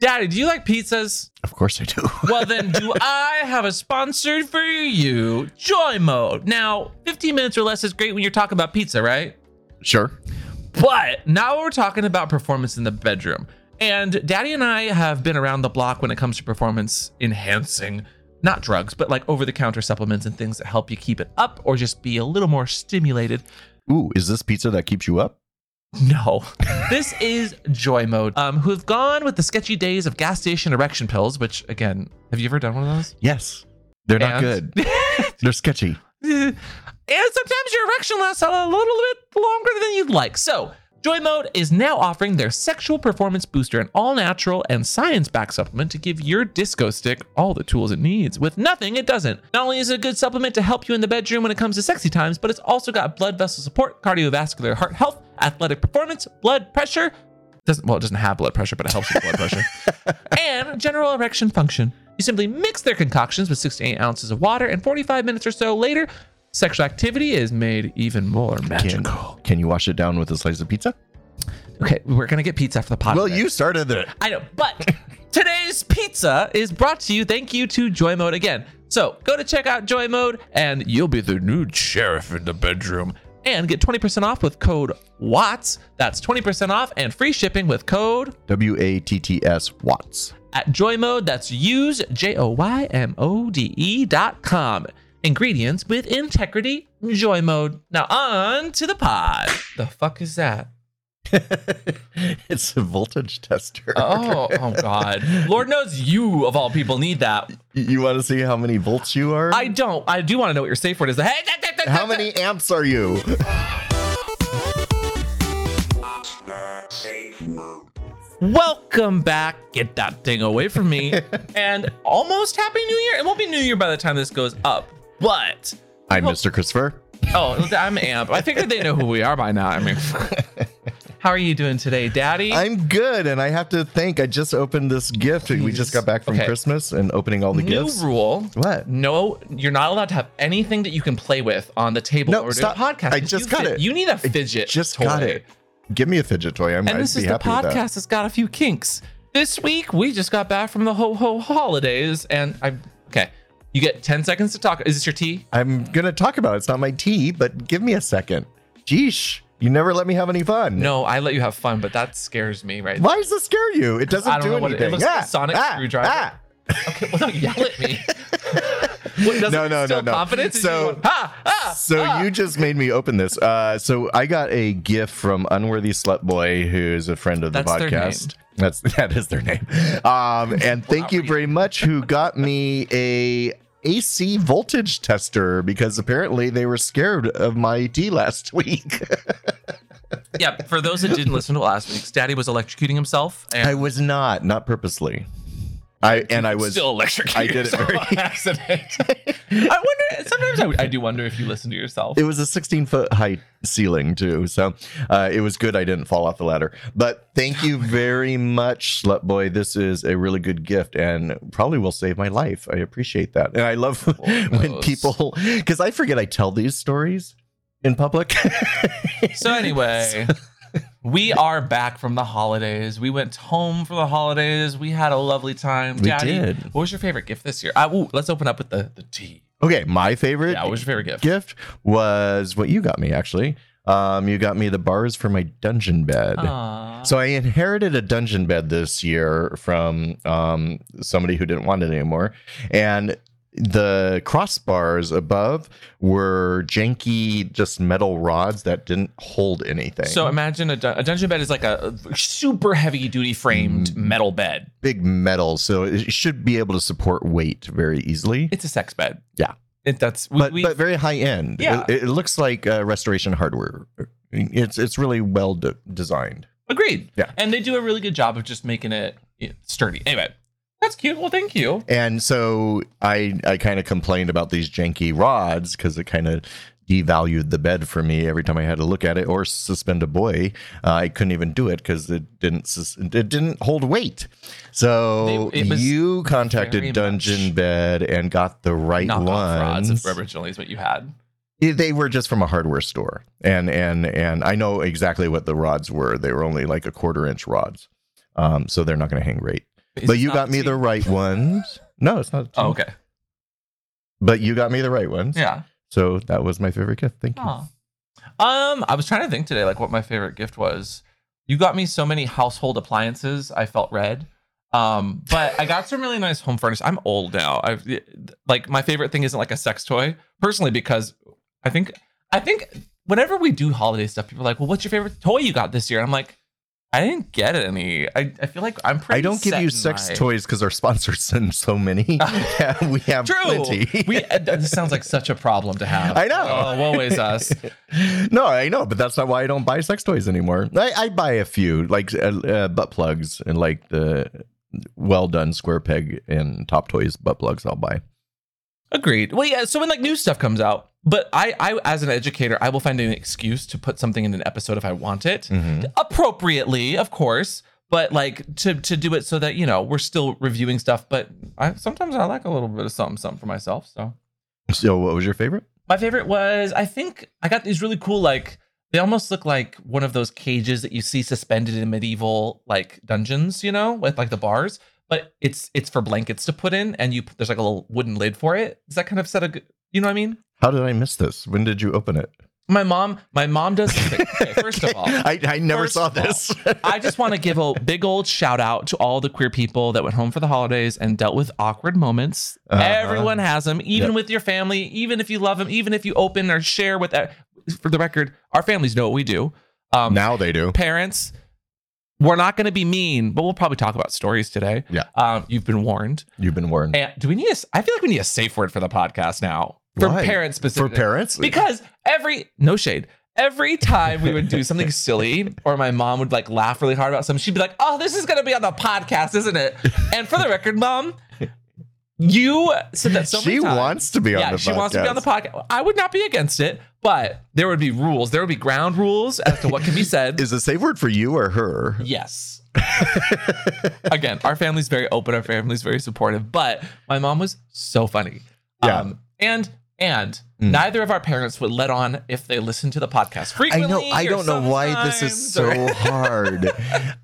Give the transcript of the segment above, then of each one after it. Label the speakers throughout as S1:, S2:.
S1: Daddy, do you like pizzas?
S2: Of course I do.
S1: Well, then, do I have a sponsor for you? Joy Mode. Now, 15 minutes or less is great when you're talking about pizza, right?
S2: sure.
S1: But now we're talking about performance in the bedroom. And Daddy and I have been around the block when it comes to performance enhancing, not drugs, but like over the counter supplements and things that help you keep it up or just be a little more stimulated.
S2: Ooh, is this pizza that keeps you up?
S1: No, this is Joy Mode, um, who have gone with the sketchy days of gas station erection pills, which again, have you ever done one of those?
S2: Yes. They're not
S1: And-
S2: good. They're sketchy.
S1: and sometimes your erection lasts a little bit longer than you'd like. So, Joy Mode is now offering their sexual performance booster, an all natural and science backed supplement to give your disco stick all the tools it needs with nothing it doesn't. Not only is it a good supplement to help you in the bedroom when it comes to sexy times, but it's also got blood vessel support, cardiovascular heart health, athletic performance, blood pressure. Doesn't well, it doesn't have blood pressure, but it helps with blood pressure and general erection function. You simply mix their concoctions with 6 to 8 ounces of water, and 45 minutes or so later, sexual activity is made even more
S2: Can,
S1: magical.
S2: can you wash it down with a slice of pizza?
S1: Okay, we're gonna get pizza after the podcast.
S2: Well, you started it.
S1: I know, but today's pizza is brought to you. Thank you to Joy Mode again. So go to check out Joy Mode, and you'll be the new sheriff in the bedroom. And get 20% off with code WATTS. That's 20% off and free shipping with code
S2: W A T T S Watts.
S1: at Joy Mode. That's use J O Y M O D E dot com. Ingredients with integrity, Joy Mode. Now on to the pod. The fuck is that?
S2: it's a voltage tester.
S1: Oh, oh God. Lord knows you of all people need that.
S2: You want to see how many volts you are?
S1: I don't. I do want to know what your safe word is. Hey, that, that, that,
S2: how
S1: that,
S2: many amps are you?
S1: that. Welcome back. Get that thing away from me. and almost Happy New Year. It won't be New Year by the time this goes up, but
S2: I'm Mr. Christopher.
S1: oh, I'm Amp. I figured they know who we are by now. I mean, how are you doing today, Daddy?
S2: I'm good, and I have to thank. I just opened this gift. We just got back from
S1: Okay.
S2: Christmas and opening all the
S1: New
S2: gifts.
S1: rule.
S2: What?
S1: No, you're not allowed to have anything that you can play with on the table
S2: No,
S1: or do a
S2: stop.
S1: podcast.
S2: I
S1: You
S2: just got
S1: fit-
S2: it.
S1: You need a fidget.
S2: Just
S1: toy.
S2: got it. Give me a fidget toy. I'm.
S1: And
S2: I'd
S1: this
S2: be
S1: is the
S2: happy with that.
S1: podcast that's got a few kinks. This week we just got back from the ho ho holidays, and I okay. You get ten seconds to talk. Is this your tea?
S2: I'm gonna talk about it. It's not my tea, but give me a second. Geesh, you never let me have any fun.
S1: No, I let you have fun, but that scares me right
S2: Why does this scare you? It doesn't
S1: I don't
S2: do
S1: know what it- it
S2: anything.
S1: looks like a sonic screwdriver.
S2: ah.
S1: Okay, well, don't yell at me. what, doesn't
S2: No,
S1: it
S2: no,
S1: instill
S2: no, no.
S1: Confidence. You
S2: So-
S1: go, ha, ah, ha,
S2: So
S1: ha.
S2: you just made me open this. Uh, so I got a gift from Unworthy Slut Boy, who is a friend of the
S1: That's their
S2: podcast. That's that is their name. Um, and thank you very much. Who got me a AC voltage tester because apparently they were scared of my D last week.
S1: yeah. For those that didn't listen to last week's, Daddy was electrocuting himself,
S2: I
S1: and
S2: was not, not purposely. I and I was
S1: still electrocuting.
S2: I did it
S1: himself
S2: very-
S1: on accident. I wonder. Sometimes I, I do wonder if you listen to yourself.
S2: it was a 16 foot high ceiling too so uh, it was good i didn't fall off the ladder but thank you very much slut boy this is a really good gift and probably will save my life i appreciate that and i love when
S1: knows?
S2: people because i forget i tell these stories in public
S1: So anyway, we are back from the holidays. We went home for the holidays. We had a lovely time.
S2: We
S1: Daddy,
S2: did.
S1: What was your favorite gift this year? Uh, ooh, let's open up with the the tea.
S2: okay my favorite
S1: Yeah, what was your favorite gift?
S2: gift was what you got me actually um, you got me the bars for my dungeon bed
S1: Oh, Aw.
S2: So I inherited a dungeon bed this year from um, somebody who didn't want it anymore, and the crossbars above were janky, just metal rods that didn't hold anything.
S1: So imagine a, dun- a dungeon bed is like a super heavy duty framed
S2: Mm.
S1: metal bed.
S2: big metal, so it should be able to support weight very easily.
S1: It's a sex bed.
S2: Yeah.
S1: It, that's we,
S2: but
S1: we-
S2: but very high end.
S1: Yeah.
S2: It, it looks like uh, restoration hardware. It's it's really well de- designed.
S1: agreed.
S2: Yeah.
S1: And they do a really good job of just making it you know, sturdy. Anyway, that's cute. Well, thank you.
S2: And so I I kind of complained about these janky rods because it kind of devalued the bed for me every time I had to look at it or suspend a boy. Uh, I couldn't even do it because it didn't sus- it didn't hold weight. So
S1: They- it was
S2: you
S1: very
S2: contacted Dungeon
S1: much
S2: Bed and got the right
S1: Knock off rods
S2: ones.
S1: if originally is what you had.
S2: It- They were just from a hardware store, and and and I know exactly what the rods were. They were only like a quarter inch rods, um, so they're not going to hang great.
S1: It's
S2: but you
S1: not
S2: got me
S1: tea.
S2: the right ones. No, it's not. a
S1: Oh,
S2: team.
S1: okay.
S2: But you got me the right ones.
S1: Yeah.
S2: So that was my favorite gift. Thank you.
S1: Aw. Um, I was trying to think today, like what my favorite gift was. You got me so many household appliances. I felt red. Um, but I got some really nice home furniture. I'm old now. I've like my favorite thing isn't like a sex toy personally because I think I think whenever we do holiday stuff, people are like, "Well, what's your favorite toy you got this year?" I'm like, I didn't get any. I, I feel like I'm pretty.
S2: I don't give
S1: set
S2: you
S1: in
S2: sex
S1: my-
S2: toys because our sponsors send so many. Yeah, we have
S1: True.
S2: plenty.
S1: we, uh, this sounds like such a problem to have.
S2: I know.
S1: Oh, woe is us.
S2: no, I know, but that's not why I don't buy sex toys anymore. I, I buy a few, like uh, uh, butt plugs and like the well done square peg and top toys butt plugs. I'll buy.
S1: Agreed. Well, yeah. So when like new stuff comes out, but I, I as an educator, I will find an excuse to put something in an episode if I want it
S2: Mm-hmm.
S1: appropriately, of course. But like to to do it so that you know we're still reviewing stuff. But I sometimes I like a little bit of something something for myself. So
S2: So, what was your favorite?
S1: my favorite was I think I got these really cool like they almost look like one of those cages that you see suspended in medieval like dungeons, you know, with like the bars. But it's it's for blankets to put in, and you there's like a little wooden lid for it. Does that kind of set a good- you know what I mean?
S2: How did I miss this? When did you open it?
S1: My mom, my mom does. Okay, first of all,
S2: I, I never
S1: First
S2: saw
S1: of all,
S2: this.
S1: I just want to give a big old shout out to all the queer people that went home for the holidays and dealt with awkward moments.
S2: Uh-huh.
S1: Everyone has them, even
S2: Yep.
S1: with your family, even if you love them, even if you open or share with. uh, For the record, our families know what we do. Um,
S2: now they do.
S1: parents, we're not going to be mean, but we'll probably talk about stories today.
S2: Yeah.
S1: um, you've been warned.
S2: You've been warned.
S1: And do we need a? s- I feel like we need a safe word for the podcast now for
S2: Why?
S1: parents
S2: For
S1: specifically.
S2: parents?
S1: Because every no shade. Every time we would do something silly, or my mom would like laugh really hard about something, she'd be like, "Oh, this is gonna be on the podcast, isn't it?" And for the record, mom, you said that so
S2: she
S1: many times.
S2: wants to be on
S1: yeah,
S2: the
S1: she wants to be on the
S2: podcast.
S1: podcast. I would not be against it, but there would be rules. There would be ground rules as to what can be said.
S2: Is the safe word for you or her?
S1: yes. Again, our family's very open. Our family's very supportive. But my mom was so funny. Um,
S2: Yeah.
S1: and and
S2: Mm.
S1: neither of our parents would let on if they listened to the podcast
S2: I
S1: frequently.
S2: know. I
S1: or
S2: don't know why this is
S1: sometimes or-
S2: so hard.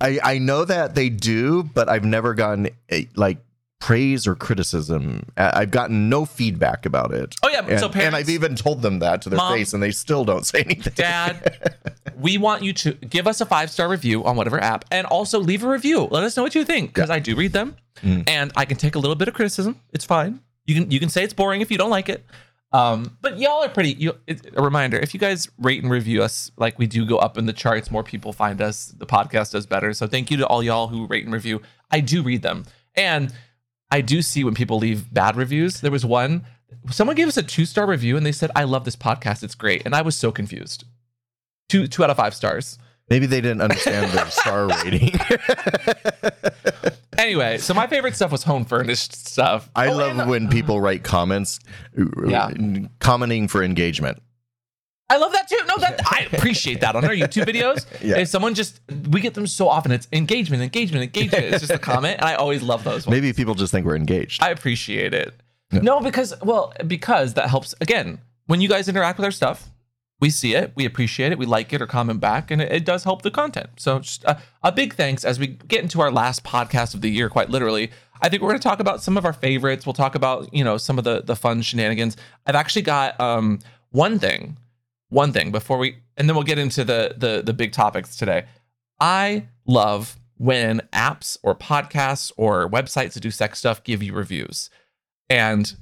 S2: I I know that they do, but I've never gotten eh, like praise or criticism. I- I've gotten no feedback about it.
S1: oh yeah.
S2: And,
S1: so
S2: and
S1: parents,
S2: I've even told them that to their
S1: Mom.
S2: face, and they still don't say anything.
S1: Dad, we want you to give us a five star review on whatever app, and also leave a review. Let us know what you think because I do read them,
S2: Mm.
S1: and I can take a little bit of criticism. It's fine. You can you can say it's boring if you don't like it. Um, but y'all are pretty. You, it, a reminder: if you guys rate and review us, like we do, go up in the charts, more people find us. The podcast does better. So thank you to all y'all who rate and review. I do read them, and I do see when people leave bad reviews. There was one. Someone gave us a two star review and they said, I love this podcast. It's great. And I was so confused. Two two out of five stars.
S2: Maybe they didn't understand their star rating.
S1: Oh, Anyway, so my favorite stuff was home furnished stuff.
S2: I
S1: Oh,
S2: love
S1: and
S2: when people write comments,
S1: Yeah.
S2: commenting for engagement.
S1: I love that too. No, that I appreciate that on our YouTube videos.
S2: Yeah.
S1: If someone just we get them so often, it's engagement, engagement, engagement. It's just a comment, and I always love those ones.
S2: Maybe people just think we're engaged.
S1: I appreciate it. No, because well, because that helps again, when you guys interact with our stuff, we see it, we appreciate it, we like it or comment back, and it, it does help the content. So just a, a big thanks as we get into our last podcast of the year, quite literally. I think we're gonna talk about some of our favorites. We'll talk about, you know, some of the the fun shenanigans. I've actually got um one thing, one thing before we and then we'll get into the the the big topics today. I love when apps or podcasts or websites that do sex stuff give you reviews. And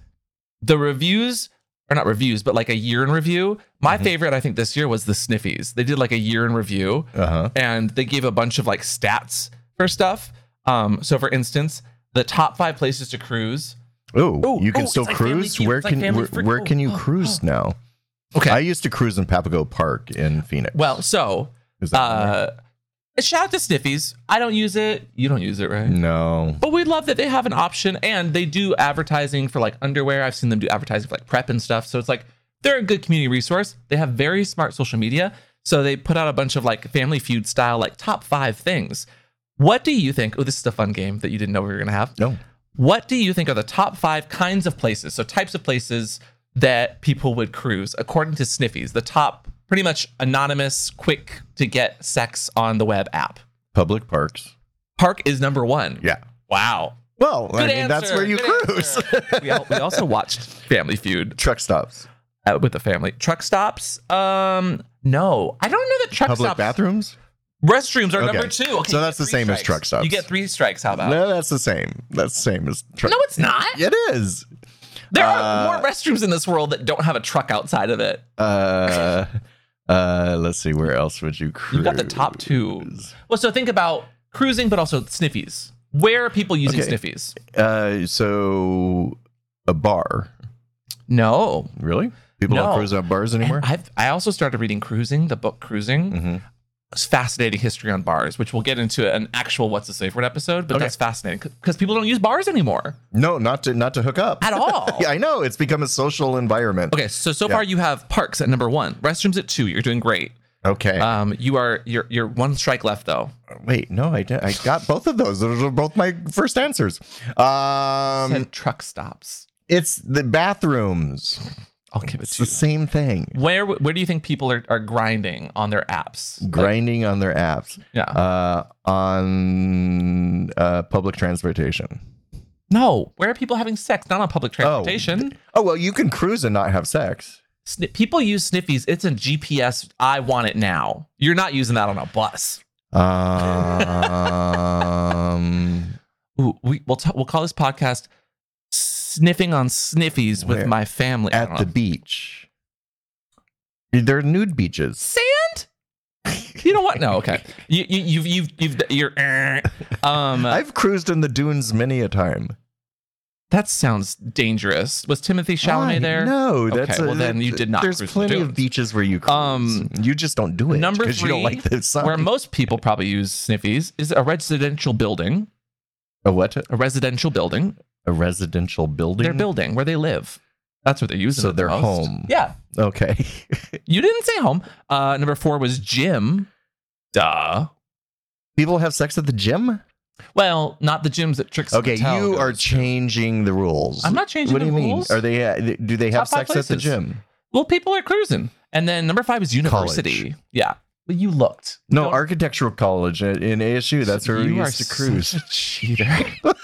S1: the reviews are not reviews, but like a year in review. My
S2: Mhm.
S1: favorite, I think, this year was the Sniffies. They did like a year in review
S2: Uh huh.
S1: and they gave a bunch of like stats for stuff. Um, so, for instance, the top five places to cruise.
S2: Oh,
S1: Ooh,
S2: you can
S1: ooh, it's
S2: still
S1: like Family
S2: cruise.
S1: Feud,
S2: where
S1: it's like
S2: can
S1: Family
S2: where,
S1: Feud.
S2: where can you
S1: Oh,
S2: cruise now?
S1: Okay.
S2: I used to cruise in Papago Park in Phoenix.
S1: well, so
S2: Is that right? Mm.
S1: uh, shout out to Sniffies. I don't use it. You don't use it, right?
S2: no,
S1: But we love that they have an option and they do advertising for like underwear. I've seen them do advertising for like prep and stuff. So it's like they're a good community resource. They have very smart social media. So they put out a bunch of like family feud style, like top five things. What do you think? Oh, this is a fun game that you didn't know we were going to have.
S2: no.
S1: What do you think are the top five kinds of places? So types of places that people would cruise, according to Sniffies, the top pretty much anonymous, quick to get sex on the web app.
S2: Public parks.
S1: Park is number one.
S2: Yeah,
S1: Wow.
S2: Well, I
S1: Good
S2: mean, that's
S1: answer,
S2: where you
S1: good
S2: cruise.
S1: We, al- we also watched Family Feud
S2: Truck stops,
S1: uh, with the family. Truck stops? Um, no, I don't know that truck
S2: public
S1: stops.
S2: bathrooms.
S1: Restrooms are
S2: Okay.
S1: number two. Okay,
S2: So
S1: you
S2: that's
S1: get three
S2: the same as
S1: strikes.
S2: truck stops.
S1: You get three strikes. How about?
S2: No, that's the same. That's the same as truck.
S1: Uh, No, it's not.
S2: It is.
S1: There
S2: Uh,
S1: are more restrooms in this world that don't have a truck outside of it.
S2: Uh, uh, let's see. Where else would you cruise?
S1: You've got the top two. Well, so think about cruising, but also sniffies. Where are people using
S2: Okay.
S1: sniffies?
S2: Uh, so a bar.
S1: No.
S2: Really? People
S1: No.
S2: don't cruise on bars anymore.
S1: And I've, I also started reading Cruising, the book Cruising.
S2: Mhm.
S1: It's fascinating history on bars, which we'll get into an actual What's the Safe Word episode, but
S2: Okay.
S1: that's fascinating because people don't use bars anymore
S2: No, not to not to hook up
S1: at all.
S2: Yeah, I know. It's become a social environment.
S1: Okay, so so far you have parks at number one, restrooms at two. You're doing great.
S2: Okay.
S1: Um, you are you're you're one strike left though.
S2: Wait, no, I did, I got both of those. Those are both my first answers. Um,
S1: and truck stops.
S2: it's the bathrooms.
S1: I'll give it
S2: It's
S1: to
S2: the
S1: you.
S2: same thing.
S1: Where where do you think people are, are grinding on their apps? Like,
S2: Grinding on their apps.
S1: yeah.
S2: Uh, on uh, public transportation.
S1: no. Where are people having sex? Not on public transportation.
S2: Oh well, you can cruise and not have sex.
S1: Sni- people use sniffies. It's a GPS. I want it now. You're not using that on a bus.
S2: Um,
S1: Ooh, we, we'll t- we'll call this podcast "Sniffing on Sniffies with
S2: Where?
S1: My Family." I
S2: at
S1: don't
S2: the
S1: know.
S2: beach. There are nude beaches.
S1: sand. You know what? No, okay. You you you've you've, you've you're eh. um.
S2: I've cruised in the dunes many a time.
S1: that sounds dangerous. Was Timothy Chalamet
S2: Why?
S1: there?
S2: No,
S1: Okay,
S2: that's a,
S1: well, then you did not
S2: There's
S1: cruise the
S2: plenty
S1: dunes.
S2: of beaches where you cruise.
S1: Um,
S2: you just don't do it.
S1: number
S2: 'cause you don't
S1: three,
S2: like the sun.
S1: Where most people probably use sniffies is a residential building.
S2: a what?
S1: A residential building.
S2: A residential building.
S1: Their building where they live. That's what they're using.
S2: So
S1: it the
S2: their
S1: most.
S2: home.
S1: Yeah.
S2: Okay.
S1: You didn't say home. Uh, number four was gym. Duh.
S2: People have sex at the gym.
S1: Well, not the gyms that tricks.
S2: Okay, you are changing the rules.
S1: I'm not changing
S2: What do
S1: the
S2: you
S1: rules.
S2: mean? Are they? Uh, do they have
S1: Top five
S2: sex at the
S1: places.
S2: gym?
S1: well, people are cruising. And then number five is university. Yeah. But you looked.
S2: No,
S1: Don't-
S2: architectural college in, in ASU. That's where we
S1: You are
S2: used to cruise.
S1: such a cheater.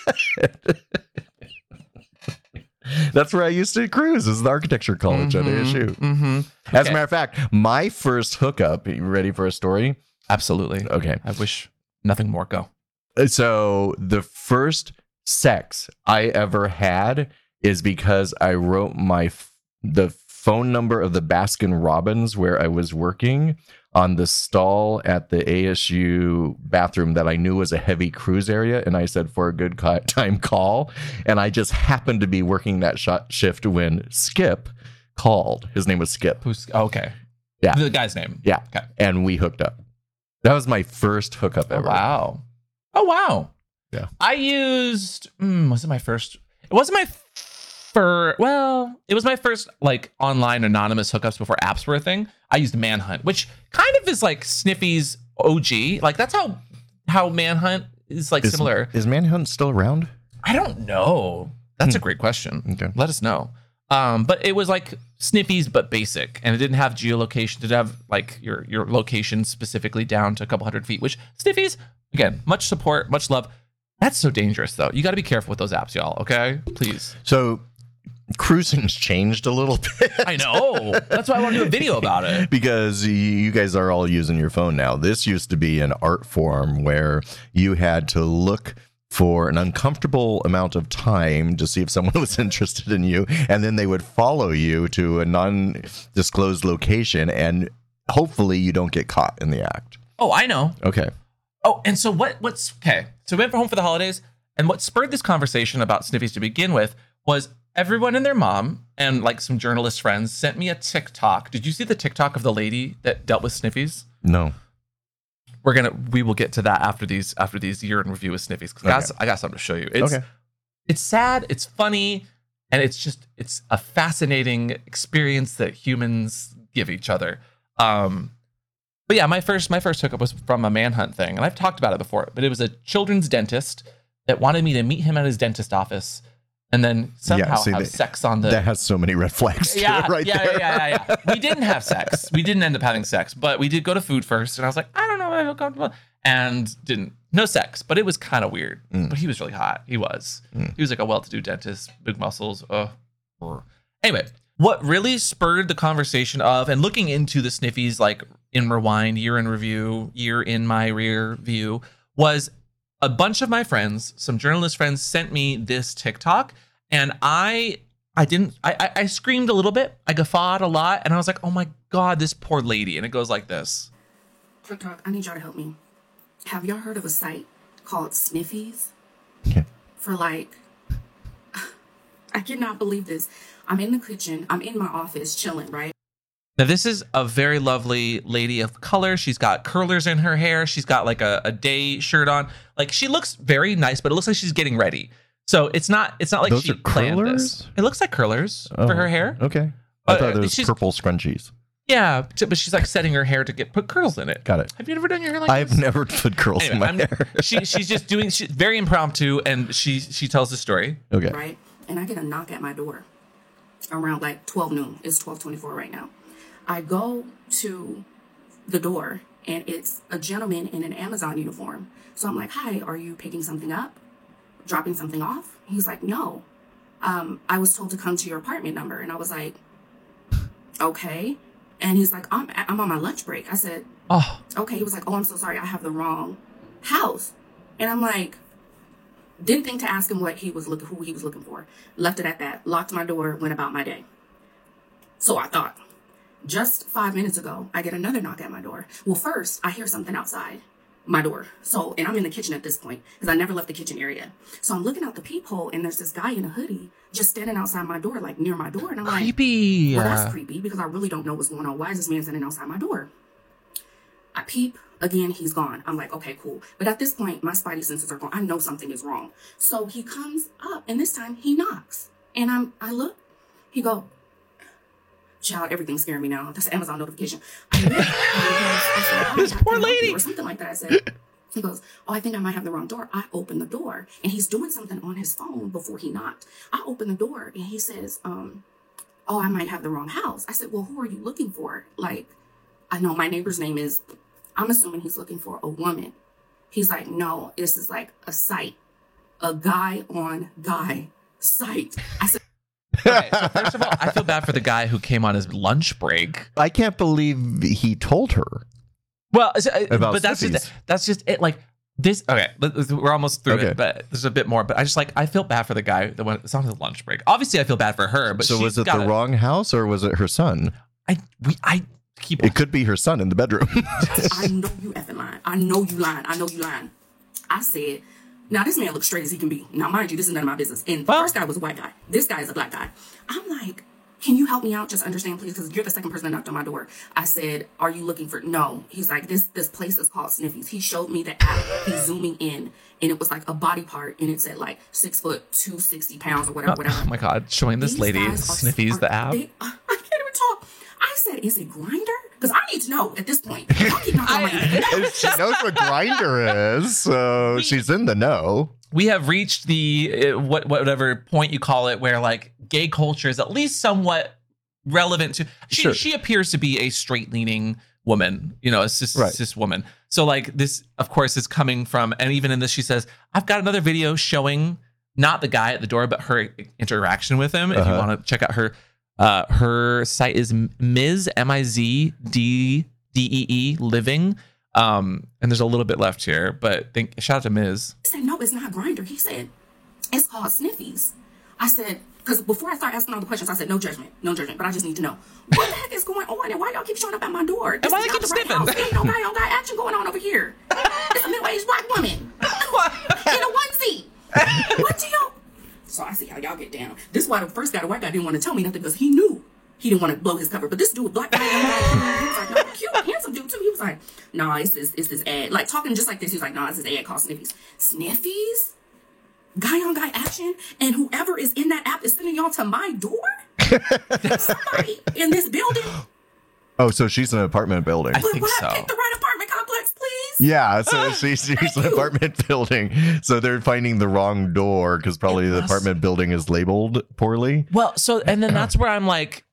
S2: That's where I used to cruise. Is the architecture college at ASU.
S1: Mhm.
S2: As
S1: Okay.
S2: a matter of fact, my first hookup. You ready for a story?
S1: Absolutely.
S2: Okay.
S1: I wish nothing more. Go.
S2: So the first sex I ever had is because I wrote my f- the phone number of the Baskin Robbins where I was working on the stall at the ASU bathroom that I knew was a heavy cruise area and I said for a good ca- time call and I just happened to be working that shot shift when Skip called his name was Skip
S1: Who's oh, okay?
S2: Yeah.
S1: The guy's name.
S2: yeah
S1: Okay.
S2: and we hooked up that was my first hookup
S1: Oh,
S2: ever
S1: wow. Oh wow.
S2: Yeah.
S1: I used. Mm, was it my first? It wasn't my fir. Well, it was my first like online anonymous hookups before apps were a thing. I used Manhunt, which kind of is like Sniffy's OG. Like that's how how Manhunt is like
S2: Is-
S1: similar.
S2: is Manhunt still around
S1: I don't know. That's a great question.
S2: Okay.
S1: Let us know. Um, but it was like Sniffies, but basic, and it didn't have geolocation. It didn't have like your your location specifically down to a couple hundred feet. Which Sniffies, again, much support, much love. That's so dangerous though. You got to be careful with those apps, y'all. Okay, please.
S2: So cruising's changed a little bit
S1: I know. That's why I want to do a video about it.
S2: because you- you guys are all using your phone now. This used to be an art form where you had to look for an uncomfortable amount of time to see if someone was interested in you and then they would follow you to a non-disclosed location and hopefully you don't get caught in the act.
S1: Oh, I know.
S2: Okay.
S1: Oh, and so what? What's okay? So we went for home for the holidays, and what spurred this conversation about sniffies to begin with was everyone and their mom and like some journalist friends sent me a TikTok. Did you see the TikTok of the lady that dealt with sniffies?
S2: No.
S1: We're gonna we will get to that after these after these year in review with sniffies. 'cause I, got, I got something to show you. It's
S2: Okay.
S1: it's sad, it's funny, and it's just it's a fascinating experience that humans give each other. Um, but yeah, my first my first hookup was from a manhunt thing, and I've talked about it before. But it was a children's dentist that wanted me to meet him at his dentist office, and then somehow
S2: see,
S1: have
S2: that-
S1: sex on the.
S2: That has so many red flags to it
S1: yeah,
S2: right
S1: yeah,
S2: there.
S1: yeah, yeah, yeah, yeah. We didn't have sex. We didn't end up having sex, but we did go to food first, and I was like, I don't know, if I feel comfortable. and didn't no sex, but it was kind of weird.
S2: Mm.
S1: But he was really hot. He was.
S2: Mm.
S1: He was like a well-to-do dentist, big muscles. Uh. Anyway, what really spurred the conversation of and looking into the sniffies like in rewind, year in review, year in my rear view was a bunch of my friends, some journalist friends, sent me this TikTok, and I I didn't I I, I screamed a little bit, I guffawed a lot, and I was like, oh my god, this poor lady, and it goes like this.
S3: TikTok, I need y'all to help me. Have y'all heard of a site called Sniffies?
S2: Yeah.
S3: For like, I cannot believe this. I'm in the kitchen, I'm in my office chilling, right?
S1: Now, this is a very lovely lady of color. She's got curlers in her hair. She's got like a, a day shirt on. Like she looks very nice, but it looks like she's getting ready. So it's not it's not like
S2: Those
S1: she
S2: are
S1: planned this.
S2: curlers? Oh,
S1: It looks like curlers for her hair.
S2: Okay.
S1: Oh, Uh,
S2: I thought there was
S1: she's-
S2: purple scrunchies.
S1: Yeah, t- but she's like setting her hair to get put curls in it.
S2: Got it.
S1: Have you ever done your hair like
S2: I've
S1: this?
S2: never put curls
S1: Anyway,
S2: in my
S1: I'm-
S2: hair.
S1: she she's just doing she's very impromptu and she she tells the story.
S2: okay.
S3: Right? And I get a knock at my door around like 12 noon. It's 12:24 right now. I go to the door and it's a gentleman in an Amazon uniform. So I'm like, "Hi, are you picking something up? Dropping something off?" He's like, "No. Um, I was told to come to your apartment number." And I was like, "Okay." And he's like, "I'm I'm on my lunch break." I said,
S1: Oh,
S3: okay he was like oh i'm so sorry i have the wrong house and i'm like didn't think to ask him what he was looking who he was looking for left it at that locked my door went about my day so i thought just five minutes ago i get another knock at my door well first i hear something outside my door so and i'm in the kitchen at this point because i never left the kitchen area so i'm looking out the peephole and there's this guy in a hoodie just standing outside my door like near my door and i'm like
S1: creepy.
S3: well, that's creepy because I really don't know what's going on. Why is this man standing outside my door? I peep again. He's gone. I'm like, okay, cool. But at this point, my spidey senses are gone. I know something is wrong. So he comes up, and this time he knocks, and I'm I look. He go, child, everything's scaring me now. That's an Amazon notification. I look, and he goes, I said, "Hi,
S1: This
S3: how can
S1: poor
S3: I help you?"
S1: lady.
S3: or something like that. I said. He goes, Oh, I think I might have the wrong door. I open the door and he's doing something on his phone before he knocked. I open the door and he says, um, oh, I might have the wrong house. I said, well, who are you looking for? Like, I know my neighbor's name is, I'm assuming he's looking for a woman. He's like, no, this is like a site, a guy on guy site. I said,
S1: Okay, so first of all, I feel bad for the guy who came on his lunch break.
S2: I can't believe he told her.
S1: Well, so, uh,
S2: About
S1: but that's
S2: sniffies.
S1: just that's just it. Like this. Okay, but this- we're almost through
S2: Okay.
S1: it, but there's a bit more. But I just like I feel bad for the guy that went. It's on his lunch break. Obviously, I feel bad for her. But
S2: so
S1: she's
S2: was it the
S1: gotta-
S2: wrong house or was it her son?
S1: I we I keep.
S2: It could be her son in the bedroom.
S3: I know you effing lying. I know you lying. I know you lying. I said, now this man looks straight as he can be. Now, mind you, this is none of my business. And the
S1: Well-
S3: first guy was a white guy. This guy is a black guy. I'm like, can you help me out? Just understand, please, because you're the second person that knocked on my door. I said, are you looking for? No. He's like, this this place is called Sniffies. He showed me the app. He's zooming in, and it was like a body part, and it said like six foot two sixty pounds or whatever, whatever.
S1: Oh my god! Showing this
S3: These
S1: lady
S3: guys are-
S1: sniffies the
S3: are-
S1: app.
S3: they- I can't even talk. I said, is it grinder? Because I need to know at this point. Y'all keep knocking on my door.
S2: she knows what grinder is, so she's in the know.
S1: We have reached the uh, what whatever point you call it, where like gay culture is at least somewhat relevant to. She
S2: Sure.
S1: she appears to be a straight leaning woman, you know, a cis
S2: Right.
S1: cis woman. So like this, of course, is coming from, and even in this, she says, "I've got another video showing not the guy at the door, but her interaction with him. If you
S2: Uh-huh.
S1: want to check out her, uh, her site is Ms. M I Z D D E E Living. Um, and there's a little bit left here, but think shout out to Ms.
S3: I said, no, it's not grinder. He said, it's called sniffies. I said, because before I start asking all the questions, I said, no judgment, no judgment, but I just need to know what the heck is going on and why y'all keep showing up at my door? This
S1: why
S3: is
S1: they
S3: not
S1: keep
S3: the
S1: sniffing?
S3: Right house. Ain't no guy on guy action going on over here. It's a middle-aged black woman in a onesie. what do y'all? So I see how y'all get down. This is why the first guy, the white guy, didn't want to tell me nothing because he knew he didn't want to blow his cover. But this dude, black guy, he was like, no, cute, handsome dude too. He was like, nah, it's this, it's this ad. Like talking just like this, he was like, nah, it's this ad called Sniffies. Sniffies? Guy on guy action, and whoever is in that app is sending y'all to my door. Somebody in this building.
S2: Oh, so she's in an apartment building.
S1: I think
S3: Would I
S1: so.
S3: pick the right apartment complex, please?
S2: yeah, so she's, she's in an apartment building. So they're finding the wrong door because probably the
S1: must-
S2: apartment building is labeled poorly.
S1: Well, so and then that's where I'm like,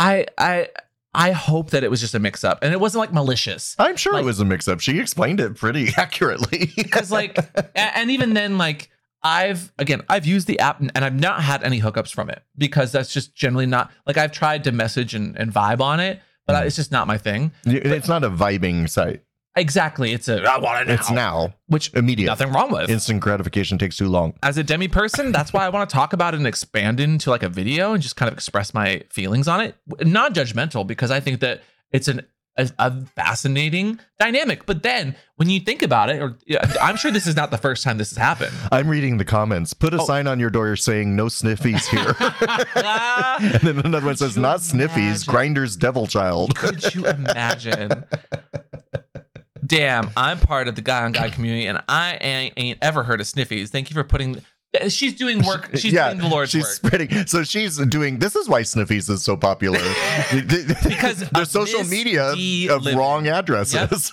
S1: I I I hope that it was just a mix up and it wasn't like malicious.
S2: I'm sure
S1: Like-
S2: it was a mix up. She explained it pretty accurately.
S1: Cause like, a- and even then, like, I've, again, I've used the app and and I've not had any hookups from it because that's just generally not, like, I've tried to message and, and vibe on it, but I- it's just not my thing.
S2: it's not a vibing site.
S1: Exactly. It's a, I want it now.
S2: It's now
S1: Which,
S2: immediate.
S1: nothing wrong with.
S2: Instant gratification takes too long.
S1: as a demi person, that's why I want to talk about it and expand into like a video and just kind of express my feelings on it. Non judgmental, because I think that it's an a, a fascinating dynamic. But then when you think about it, or yeah, I'm sure this is not the first time this has happened.
S2: I'm reading the comments. Put
S1: Oh.
S2: a sign on your door saying "No sniffies here,"
S1: Ah,
S2: and then another one says
S1: you
S2: "Not sniffies,
S1: imagine?
S2: grinders, devil child."
S1: Could you imagine? Damn, I'm part of the guy on guy community, and I ain't, ain't ever heard of sniffies. Thank you for putting. She's doing work. She's doing the Lord's
S2: she's
S1: work.
S2: spreading. So she's doing. This is why Sniffies is so popular because their
S1: of
S2: social
S1: Miss
S2: media
S1: D
S2: of
S1: Living.
S2: wrong addresses.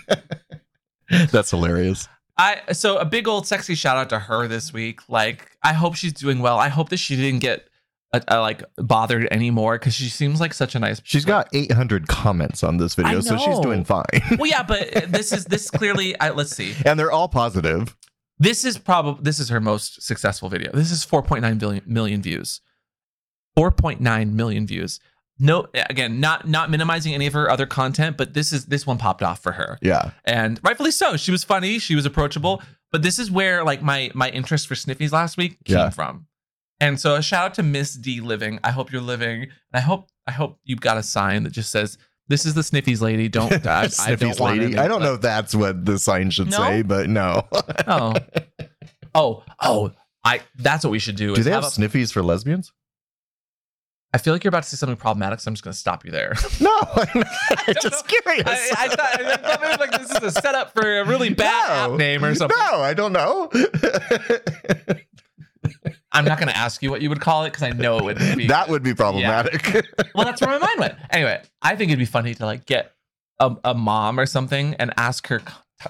S2: That's hilarious.
S1: I so a big old sexy shout out to her this week. Like I hope she's doing well. I hope that she didn't get uh uh like bothered anymore because she seems like such a nice.
S2: She's got 800 comments on this video, so she's
S1: know.
S2: doing fine,
S1: Well, yeah, but this is this clearly. I, let's see.
S2: and they're all positive.
S1: This is probably this is her most successful video. This is 4.9 billion million views. 4.9 million views. No, again, not not minimizing any of her other content, but this is this one popped off for her.
S2: Yeah,
S1: and rightfully so. She was funny, she was approachable, but this is where like my my interest for Sniffies last week came
S2: Yeah.
S1: from. And so a shout out to Miss D Living. I hope you're living. And I hope I hope you've got a sign that just says this is the Sniffies lady. Don't I, I don't
S2: Sniffies
S1: want
S2: lady.
S1: any-
S2: I don't know if that's what the sign should
S1: No?
S2: say, but no.
S1: Oh, oh, oh! I that's what we should do.
S2: Do
S1: is
S2: they have
S1: a-
S2: Sniffies for lesbians?
S1: I feel like you're about to say something problematic, so I'm just gonna stop you there.
S2: No, I'm not. just curious.
S1: I, I thought I thought maybe like this is a setup for a really bad
S2: No.
S1: app name or something.
S2: No, I don't know.
S1: I'm not gonna ask you what you would call it because I know it would be
S2: that would be problematic.
S1: well, that's where my mind went. Anyway, I think it'd be funny to like get a, a mom or something and ask her,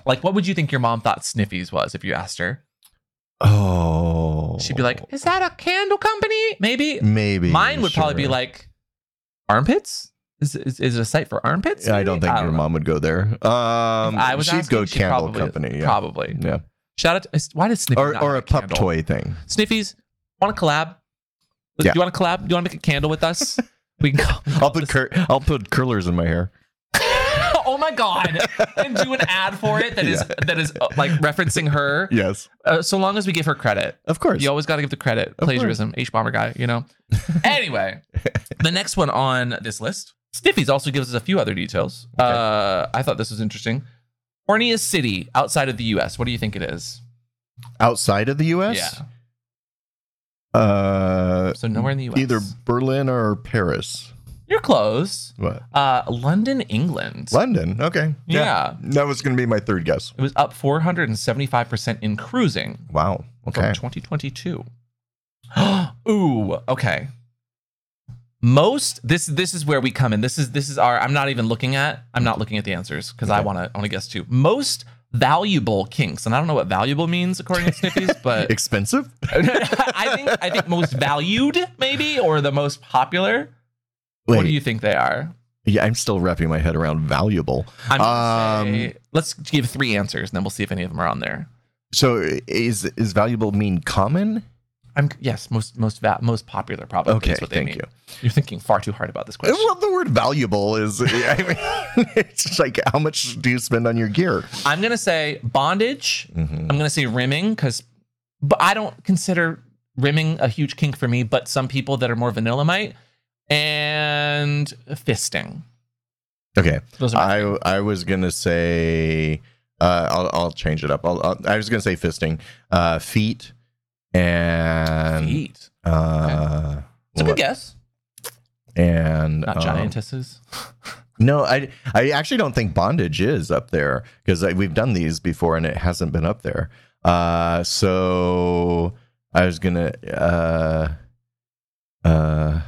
S1: like, what would you think your mom thought Sniffies was if you asked her?
S2: Oh.
S1: She'd be like, is that a candle company? Maybe.
S2: maybe.
S1: Mine would probably be
S2: sure.
S1: like, armpits? Is, is, is it a site for armpits?
S2: I don't
S1: maybe?
S2: think your
S1: know.
S2: mom would go there. Um,
S1: If I was
S2: she'd
S1: asking,
S2: go
S1: she'd
S2: candle
S1: probably-
S2: company. Yeah.
S1: Probably.
S2: Yeah.
S1: Shout out to, why did Sniffies?
S2: Or,
S1: not
S2: or a
S1: make
S2: pup
S1: candle?
S2: toy thing.
S1: Sniffies, want to collab?
S2: Yeah.
S1: Do you want to collab? Do you want to make a candle with us? We can call-
S2: I'll put cur- I'll put curlers in my hair.
S1: oh my god and do an ad for it that is that is uh, like referencing her
S2: Yes.
S1: uh, so long as we give her credit
S2: Of course.
S1: you always got to give the credit
S2: course.
S1: plagiarism h bomber guy you know anyway the next one on this list stiffies also gives us a few other details uh i thought this was interesting horniest city outside of the us what do you think it is
S2: Outside of the US?
S1: yeah
S2: Yeah. Uh
S1: so nowhere in the us
S2: either Berlin or Paris.
S1: you're close
S2: What?
S1: uh london england
S2: London. Okay.
S1: Yeah.
S2: That was going to be my third guess.
S1: it was up 475% in cruising
S2: Wow. Okay.
S1: from 2022. Ooh, okay. Most this this is where we come in. This is this is our I'm not even looking at I'm not looking at the answers because I
S2: Okay.
S1: want to I want to guess too. Most valuable kinks, and I don't know what valuable means according to Sniffies, but
S2: Expensive?
S1: I think I think most valued maybe or the most popular. What do you think they are?
S2: Yeah, I'm still wrapping my head around valuable.
S1: I'm gonna
S2: Um,
S1: say- let's give three answers and then we'll see if any of them are on there.
S2: So is is valuable mean common?
S1: I'm yes, most most va- most popular probably
S2: Okay,
S1: is what they
S2: thank
S1: mean.
S2: you.
S1: You're thinking far too hard about this question.
S2: Well, the word valuable is I mean, it's just like how much do you spend on your gear?
S1: I'm gonna say bondage.
S2: Mhm.
S1: I'm gonna say rimming because, but I don't consider rimming a huge kink for me. But some people that are more vanilla might, and fisting.
S2: Okay,
S1: Those are my-
S2: I I was gonna say uh, I'll I'll change it up. I'll, I'll, I was gonna say fisting, uh, feet, and
S1: feet.
S2: uh,
S1: It's a good
S2: what-
S1: guess.
S2: and
S1: Not
S2: um,
S1: giantesses.
S2: No, I I actually don't think bondage is up there because we've done these before and it hasn't been up there. Uh, so I was gonna uh, uh,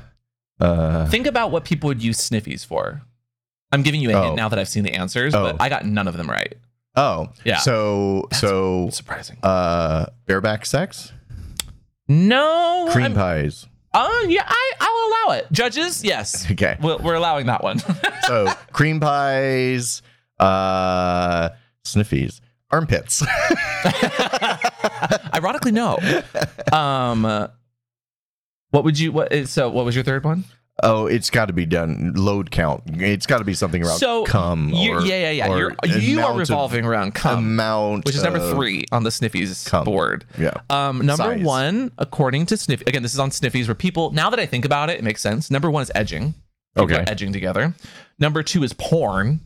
S2: uh,
S1: Think about what people would use sniffies for. I'm giving you a
S2: Oh.
S1: hint now that I've seen the answers,
S2: Oh.
S1: but I got none of them right.
S2: oh
S1: Yeah.
S2: So so
S1: Surprising.
S2: uh, bareback sex,
S1: No.
S2: cream
S1: I'm-
S2: pies.
S1: Uh, yeah, I, I'll allow it. Judges, yes.
S2: Okay.
S1: We're, we're allowing that one.
S2: So cream pies, uh, sniffies, armpits.
S1: Ironically, no. Um, uh, what would you? What? is- So, what was your third one?
S2: oh, it's got to be done. Load count. It's got to be something around
S1: So,
S2: cum.
S1: you,
S2: or,
S1: yeah, yeah, yeah.
S2: or
S1: You're, you
S2: amount
S1: are
S2: of-
S1: revolving around cum,
S2: amount,
S1: which is number
S2: of-
S1: three on the Sniffies
S2: cum.
S1: board.
S2: Yeah.
S1: Um, number
S2: Size.
S1: one, according to Sniffy, again, this is on Sniffies where people, now that I think about it, it makes sense. Number one is edging. People
S2: Okay.
S1: are edging together. Number two is porn,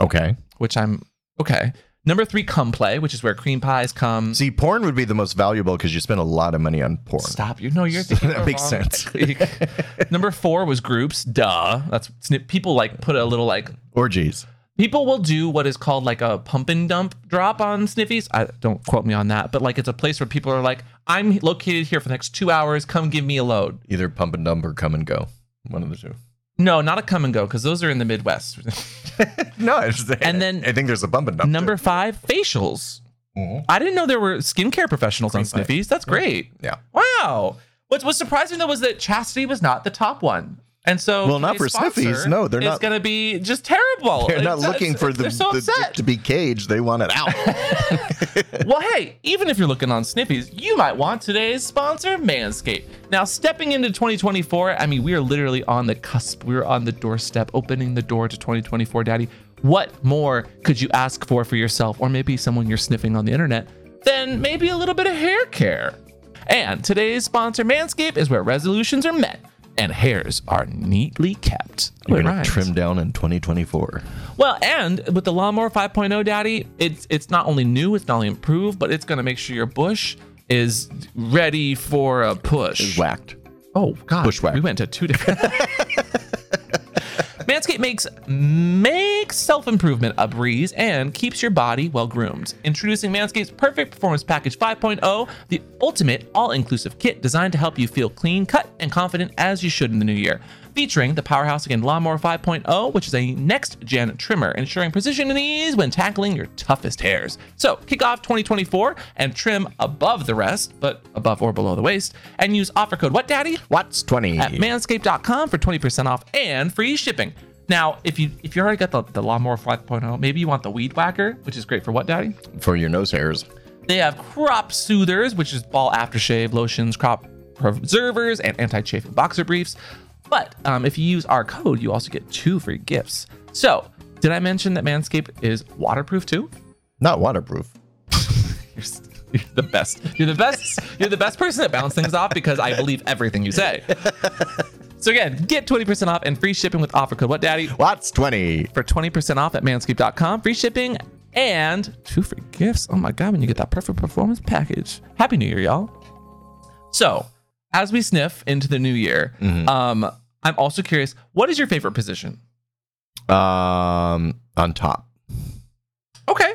S2: Okay.
S1: which I'm okay. Number three, cum play, which is where cream pies come.
S2: See, porn would be the most valuable because you spend a lot of money on porn.
S1: Stop. You know you're thinking the
S2: That makes
S1: wrong-
S2: sense.
S1: Number four was groups. Duh. That's snip. People like put a little like
S2: Orgies.
S1: people will do what is called like a pump and dump drop on sniffies i don't quote me on that but like it's a place where people are like i'm located here for the next two hours come give me a load
S2: Either pump and dump or come and go. One of the two.
S1: no not a come and go because those are in the midwest
S2: No, it's
S1: And then-
S2: I think there's a pump and dump.
S1: number five facials
S2: Mhm.
S1: i didn't know there were skincare professionals on
S2: Cream pie.
S1: sniffies that's great
S2: too. Yeah.
S1: wow what was surprising though was that chastity was not the top one and so
S2: Well, not
S1: today's
S2: for Sniffies.
S1: sponsor
S2: No, they're
S1: is
S2: not-
S1: gonna be just terrible
S2: They're not
S1: It's-
S2: looking for the,
S1: they're so
S2: the
S1: upset.
S2: dick to be caged. They want it out.
S1: Well, hey, even if you're looking on Sniffies, you might want today's sponsor, Manscaped. Now, stepping into 2024, I mean, we are literally on the cusp. We're on the doorstep, opening the door to 2024, Daddy. What more could you ask for for yourself, or maybe someone you're sniffing on the internet, than maybe a little bit of hair care? And today's sponsor, Manscaped, is where resolutions are met and hairs are neatly kept.
S2: You're
S1: It
S2: gonna
S1: rhymes.
S2: trim down in 2024.
S1: Well, and with the lawnmower 5.0, Daddy, it's it's not only new, it's not only improved, but it's gonna make sure your bush is ready for a push.
S2: Whacked.
S1: Oh God,
S2: Bushwhack.
S1: we went to two different. Manscaped makes makes self improvement a breeze and keeps your body well groomed. Introducing Manscaped's Perfect Performance Package 5.0, the ultimate all inclusive kit designed to help you feel clean, cut, and confident as you should in the new year. Featuring the powerhouse again Lawnmower 5.0, which is a next gen trimmer, ensuring precision and ease when tackling your toughest hairs. So kick off 2024 and trim above the rest, but above or below the waist, and use offer code What Daddy
S2: What's 20?
S1: at manscaped.com for 20% off and free shipping. Now, if you if you already got the, the lawnmower 5.0, maybe you want the weed whacker, which is great for what, Daddy?
S2: For your nose hairs.
S1: They have crop soothers, which is all aftershave, lotions, crop preservers, and anti chafing boxer briefs. But um, if you use our code, you also get two free gifts. So, did I mention that Manscaped is waterproof too?
S2: Not waterproof.
S1: You're, s- you're the best. You're the best. You're the best person that bounce things off because I believe everything you say. So again, get 20% off and free shipping with offer code What Daddy
S2: What's 20?
S1: for 20% off at manscaped.com. Free shipping and two free gifts. Oh my God, when you get that perfect performance package. Happy New Year, y'all. So, as we sniff into the new year,
S2: Mm-hmm.
S1: um, I'm also curious what is your favorite position?
S2: Um, on top.
S1: Okay.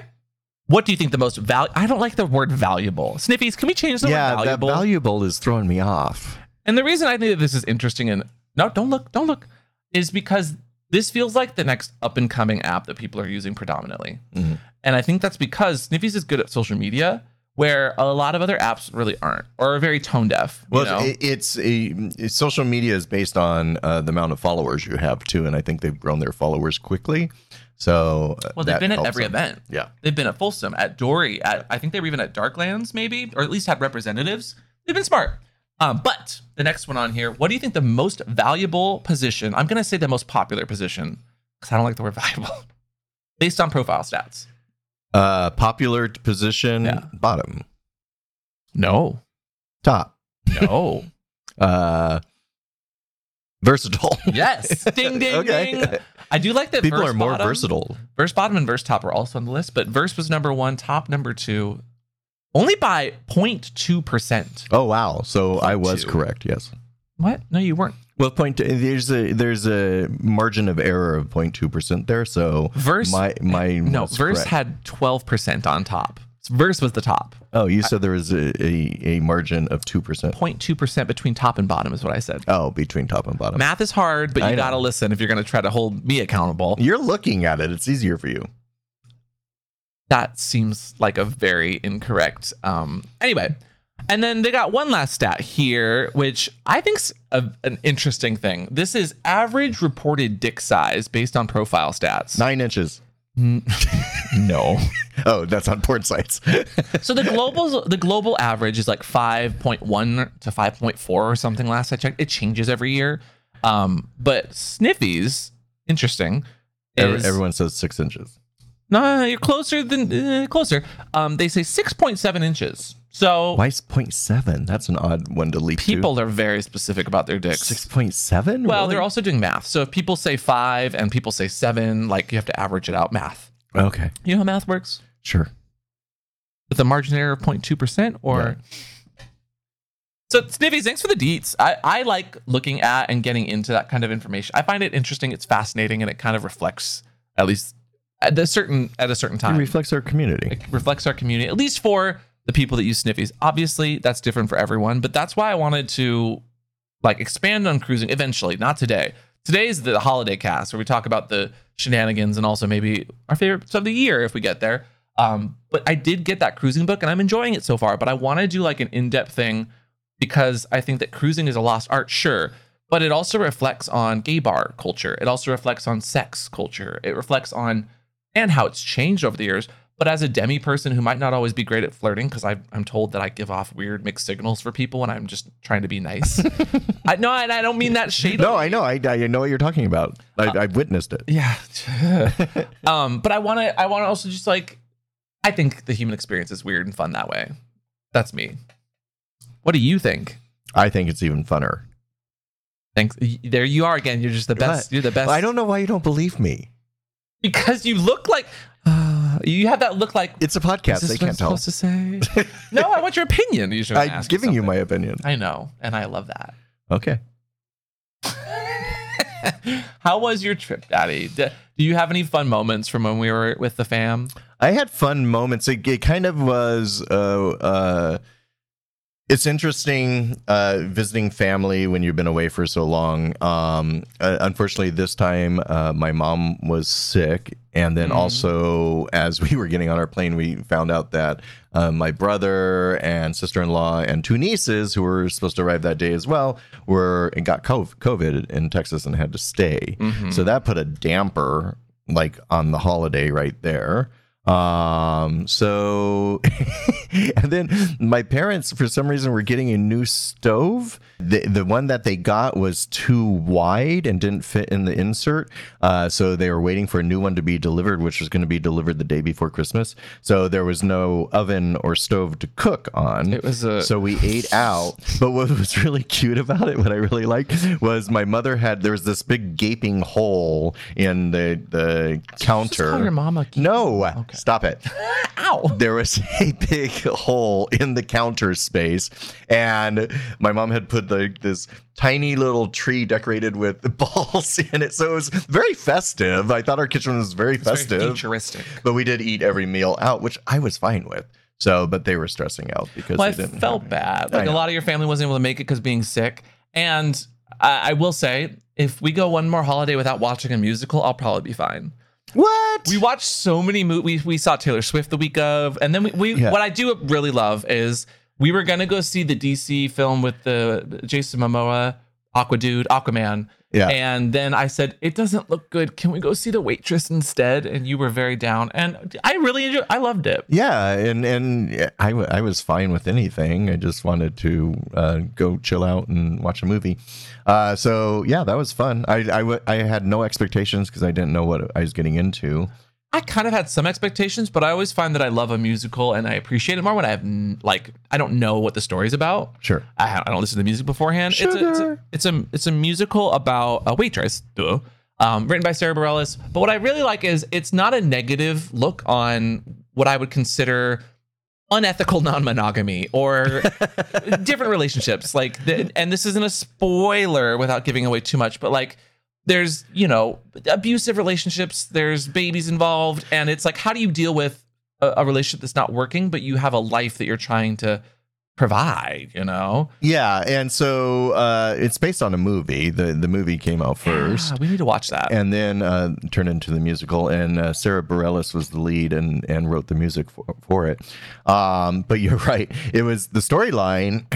S1: What do you think the most valuable? I don't like the word valuable. Sniffies, can we change the
S2: yeah,
S1: word valuable?
S2: that valuable is throwing me off.
S1: And the reason I think that this is interesting and no, don't look, don't look, is because this feels like the next up and coming app that people are using predominantly.
S2: Mm-hmm.
S1: And I think that's because Sniffies is good at social media, where a lot of other apps really aren't or are very tone deaf. you
S2: Well,
S1: know?
S2: it- it's a, it's- social media is based on uh, the amount of followers you have too, and I think they've grown their followers quickly. So uh,
S1: well, they've
S2: that
S1: been at
S2: helps
S1: every
S2: them.
S1: event.
S2: Yeah,
S1: They've been at Folsom, at Dory, at I think they were even at Darklands, maybe, or at least had representatives. They've been smart. Um, but the next one on here, what do you think the most valuable position? I'm gonna say the most popular position because I don't like the word valuable, based on profile stats.
S2: uh, popular t- position
S1: Yeah.
S2: bottom
S1: No,
S2: top
S1: no,
S2: uh, versatile.
S1: yes, ding, ding,
S2: Okay.
S1: ding. I do like that.
S2: People
S1: verse
S2: are more
S1: bottom-
S2: versatile.
S1: Verse bottom and verse top are also on the list, but verse was number one, top number two, only by 0.2 percent.
S2: Oh wow! So I was
S1: two.
S2: correct. Yes.
S1: What? No, you weren't.
S2: Well, point there's a there's a margin of error of 02 percent there. So
S1: Verse-
S2: my my
S1: No,
S2: was
S1: Verse
S2: correct.
S1: had 12% on top. Verse was the top.
S2: oh you said there was a a, a margin of two percent.
S1: 0.2% between top and bottom is what I said.
S2: Oh, between top and bottom.
S1: Math is hard, but
S2: I
S1: you
S2: know.
S1: got to listen if you're going to try to hold me accountable.
S2: You're looking at it. It's easier for you.
S1: That seems like a very incorrect. Um, anyway, And then they got one last stat here, which I think's a, an interesting thing. This is average reported dick size based on profile stats.
S2: Nine inches.
S1: no.
S2: Oh, that's on porn sites.
S1: so the global the global average is like 5.1 to 5.4 or something last I checked. It changes every year. Um, but Sniffy's interesting.
S2: Ev-
S1: is-
S2: Everyone says six inches.
S1: No, no, no, you're closer than uh, closer. Um, they say 6.7 inches. So
S2: Why is 0.7? That's an odd one to leap to.
S1: people are very specific about their dicks.
S2: 6.7?
S1: Well,
S2: Really?
S1: they're also doing math. So if people say five and people say seven, like you have to average it out. Math.
S2: Okay,
S1: You know how math works?
S2: sure.
S1: With a margin error of 0.2% or. So, Snivy, thanks for the deets. I, I like looking at and getting into that kind of information. I find it interesting. It's fascinating and it kind of reflects, at least at a certain, at a certain
S2: It
S1: time,
S2: reflects our community.
S1: it reflects our community, at least for the people that use Sniffies. Obviously, that's different for everyone, but that's why I wanted to like expand on cruising eventually, not today. Today is the holiday cast where we talk about the shenanigans and also maybe our favorites of the year if we get there. Um, but I did get that cruising book and I'm enjoying it so far, but I want to do like an in depth thing because I think that cruising is a lost art, sure, but it also reflects on gay bar culture. It also reflects on sex culture. It reflects on and how it's changed over the years. But as a demi person who might not always be great at flirting, because I'm told that I give off weird mixed signals for people and I'm just trying to be nice. I, no, and I don't mean that shady.
S2: No, I know. I, I know what you're talking about. I, I've witnessed it.
S1: Yeah. um, but I want to. I want to also just like. I think the human experience is weird and fun that way. That's me. What do you think?
S2: I think it's even funner.
S1: Thanks. Y- There you are again. You're just the best.
S2: What?
S1: You're the best.
S2: I don't know why you don't believe me.
S1: because you look like uh, you have that look like.
S2: It's a podcast.
S1: is
S2: They
S1: this what I'm
S2: can't tell.
S1: supposed to say. no, I want your opinion. You should
S2: I'm
S1: ask me
S2: giving you
S1: something.
S2: my opinion.
S1: I know, and I love that.
S2: Okay.
S1: How was your trip, Daddy? D- Do you have any fun moments from when we were with the fam?
S2: I had fun moments. It, it kind of was. Uh, uh, it's interesting uh, visiting family when you've been away for so long. Um, uh, unfortunately, this time uh, my mom was sick, and then
S1: Mhm.
S2: also as we were getting on our plane, we found out that uh, my brother and sister-in-law and two nieces who were supposed to arrive that day as well were and got cov- COVID in Texas and had to stay. So that put a damper like on the holiday right there. Um, so and then my parents for some reason were getting a new stove. The the one that they got was too wide and didn't fit in the insert. Uh, so they were waiting for a new one to be delivered, which was going to be delivered the day before Christmas. So there was no oven or stove to cook on.
S1: It was a-
S2: so we ate out. But what was really cute about it, what I really liked, was my mother had there was this big gaping hole in the the counter.
S1: call your mama.
S2: No, stop it.
S1: Ow!
S2: There was a big hole in the counter space, and my mom had put the, this tiny little tree decorated with balls in it. So it was very festive. I thought our kitchen was very
S1: It's very
S2: festive,
S1: futuristic.
S2: but we did eat every meal out, which I was fine with. So, but they were stressing out because
S1: Well, I
S2: they didn't have
S1: felt
S2: any.
S1: bad.
S2: I
S1: Like a
S2: know.
S1: lot of your family wasn't able to make it because being sick. And I, I will say, if we go one more holiday without watching a musical, I'll probably be fine.
S2: What?
S1: We watched so many movies. We saw Taylor Swift the week of, and then we, we
S2: Yeah.
S1: what I do really love is we were gonna go see the DC film with the Jason Momoa, Aqua Dude, Aquaman.
S2: Yeah.
S1: And then I said, it doesn't look good. Can we go see the waitress instead? And you were very down. And I really enjoyed I loved it.
S2: Yeah, and and I, w- I was fine with anything. I just wanted to uh, go chill out and watch a movie. Uh, so yeah, that was fun. I I, w- I had no expectations because I didn't know what I was getting into.
S1: I kind of had some expectations, but I always find that I love a musical and I appreciate it more when I have n- like I don't know what the story's about.
S2: Sure.
S1: I, ha- I don't listen to music beforehand. It's, a,
S2: Sugar.
S1: it's, a, it's a it's a musical about a waitress, duh, um, written by Sarah Bareilles. But what I really like is it's not a negative look on what I would consider unethical non-monogamy or different relationships. Like, the, and this isn't a spoiler without giving away too much, but like. There's, you know, abusive relationships, there's babies involved, and it's like, how do you deal with a, a relationship that's not working, but you have a life that you're trying to provide, you know?
S2: Yeah, and so uh, it's based on a movie. the The movie came out first,
S1: Ah, we need to watch that.
S2: and then uh, turned into the musical. And uh, Sarah Bareilles was the lead and and wrote the music for, for it. Um, but you're right; it was the storyline.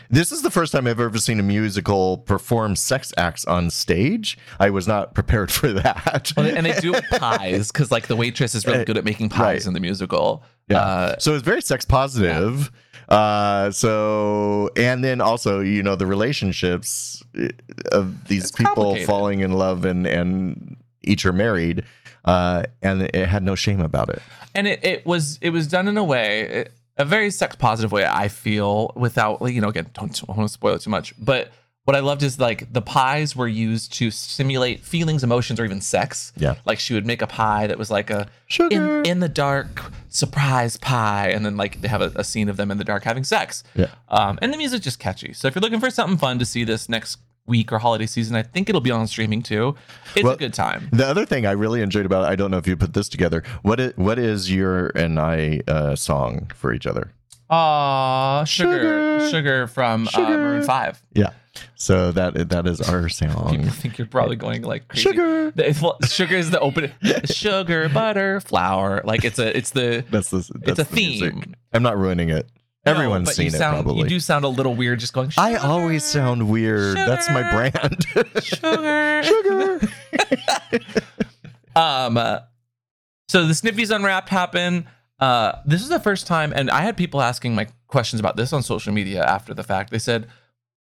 S2: this is the first time I've ever seen a musical perform sex acts on stage. I was not prepared for that.
S1: and they do pies because like the waitress is really good at making pies
S2: Uh, Right.
S1: in the musical.
S2: Yeah.
S1: Uh,
S2: so it's very sex positive. Uh, so and then also you know the relationships eh, of these people
S1: complicated.
S2: falling in love and and each are married, uh, and it had no shame about it.
S1: and it, it was it was done in a way it- a very sex positive way i feel without like you know again don't I want to spoil it too much but what i loved is like the pies were used to simulate feelings emotions or even sex
S2: Yeah.
S1: like she would make a pie that was like a
S2: Sugar.
S1: in, in the dark surprise pie and then like they have a, a scene of them in the dark having sex
S2: Yeah.
S1: um, and the music's just catchy so if you're looking for something fun to see this next week or holiday season i think it'll be on streaming too it's
S2: Well,
S1: a good time
S2: The other thing I really enjoyed about it, I don't know if you put this together. What is, what is your and I uh, song for each other?
S1: Aw, sugar,
S2: Sugar.
S1: sugar, from Uh,
S2: Sugar.
S1: Maroon Five.
S2: Yeah. So that that is our song.
S1: People think you're probably going like crazy.
S2: Um, Sugar.
S1: The- it's- well, sugar is the open. sugar, butter, flour. Like it's a, it's the.
S2: That's the that's
S1: a
S2: the music.
S1: theme.
S2: I'm not ruining it. Everyone's
S1: but
S2: seen
S1: you
S2: it
S1: sound,
S2: probably.
S1: You do sound a little weird just going.
S2: I always sound weird. That's my
S1: Sugar.
S2: brand.
S1: sugar.
S2: Sugar.
S1: Um, uh, so the Sniffies Unwrapped happened. Uh, this is the first time, and I had people asking my questions about this on social media after the fact. They said,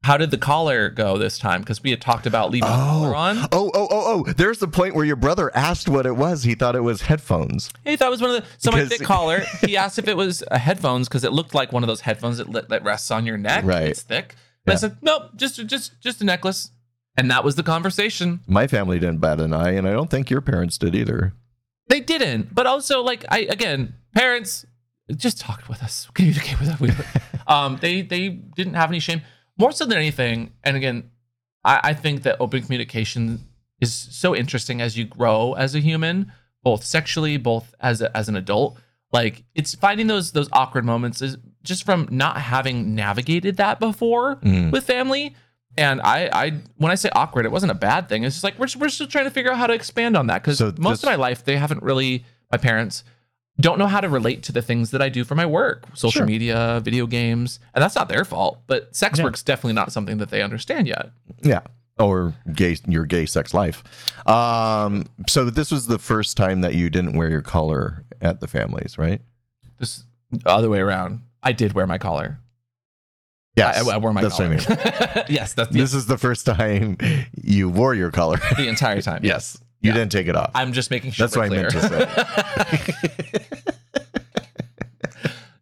S1: "How did the collar go this time?" Because we had talked about leaving the collar on.
S2: Oh, oh, oh, oh. There's the point where your brother asked what it was. He thought it was headphones.
S1: He thought it was one of the so my
S2: Because-
S1: thick collar. He asked if it was a headphones because it looked like one of those headphones that lit, that rests on your neck.
S2: Right.
S1: it's thick. But I
S2: Yeah.
S1: said nope, just just just a necklace, and that was the conversation.
S2: My family didn't bat an eye, and I don't think your parents did either.
S1: They didn't, but also like I again, parents just talk with us, communicate with us. We- um, they they didn't have any shame more so than anything. And again, I, I think that open communication is so interesting as you grow as a human, both sexually, both as a, as an adult. Like it's finding those those awkward moments is just from not having navigated that before
S2: Mm.
S1: with family. And I, I, when I say awkward, it wasn't a bad thing. It's just like we're we're still trying to figure out how to expand on that because
S2: So
S1: most
S2: this-
S1: of my life they haven't really my parents don't know how to relate to the things that I do for my work, social
S2: Sure.
S1: media, video games, and that's not their fault. But sex
S2: Yeah.
S1: work's definitely not something that they understand yet.
S2: Yeah. Or gay, your gay sex life. Um, so this was the first time that you didn't wear your collar at the families, right?
S1: This the other way around. I did wear my collar. I, I wore my
S2: That's
S1: collar.
S2: what I mean.
S1: yes, that's the,
S2: This is the first time you wore your collar.
S1: the entire time.
S2: yes. You
S1: Yeah.
S2: didn't take it off.
S1: I'm just making sure.
S2: That's
S1: we're
S2: what I meant
S1: clear.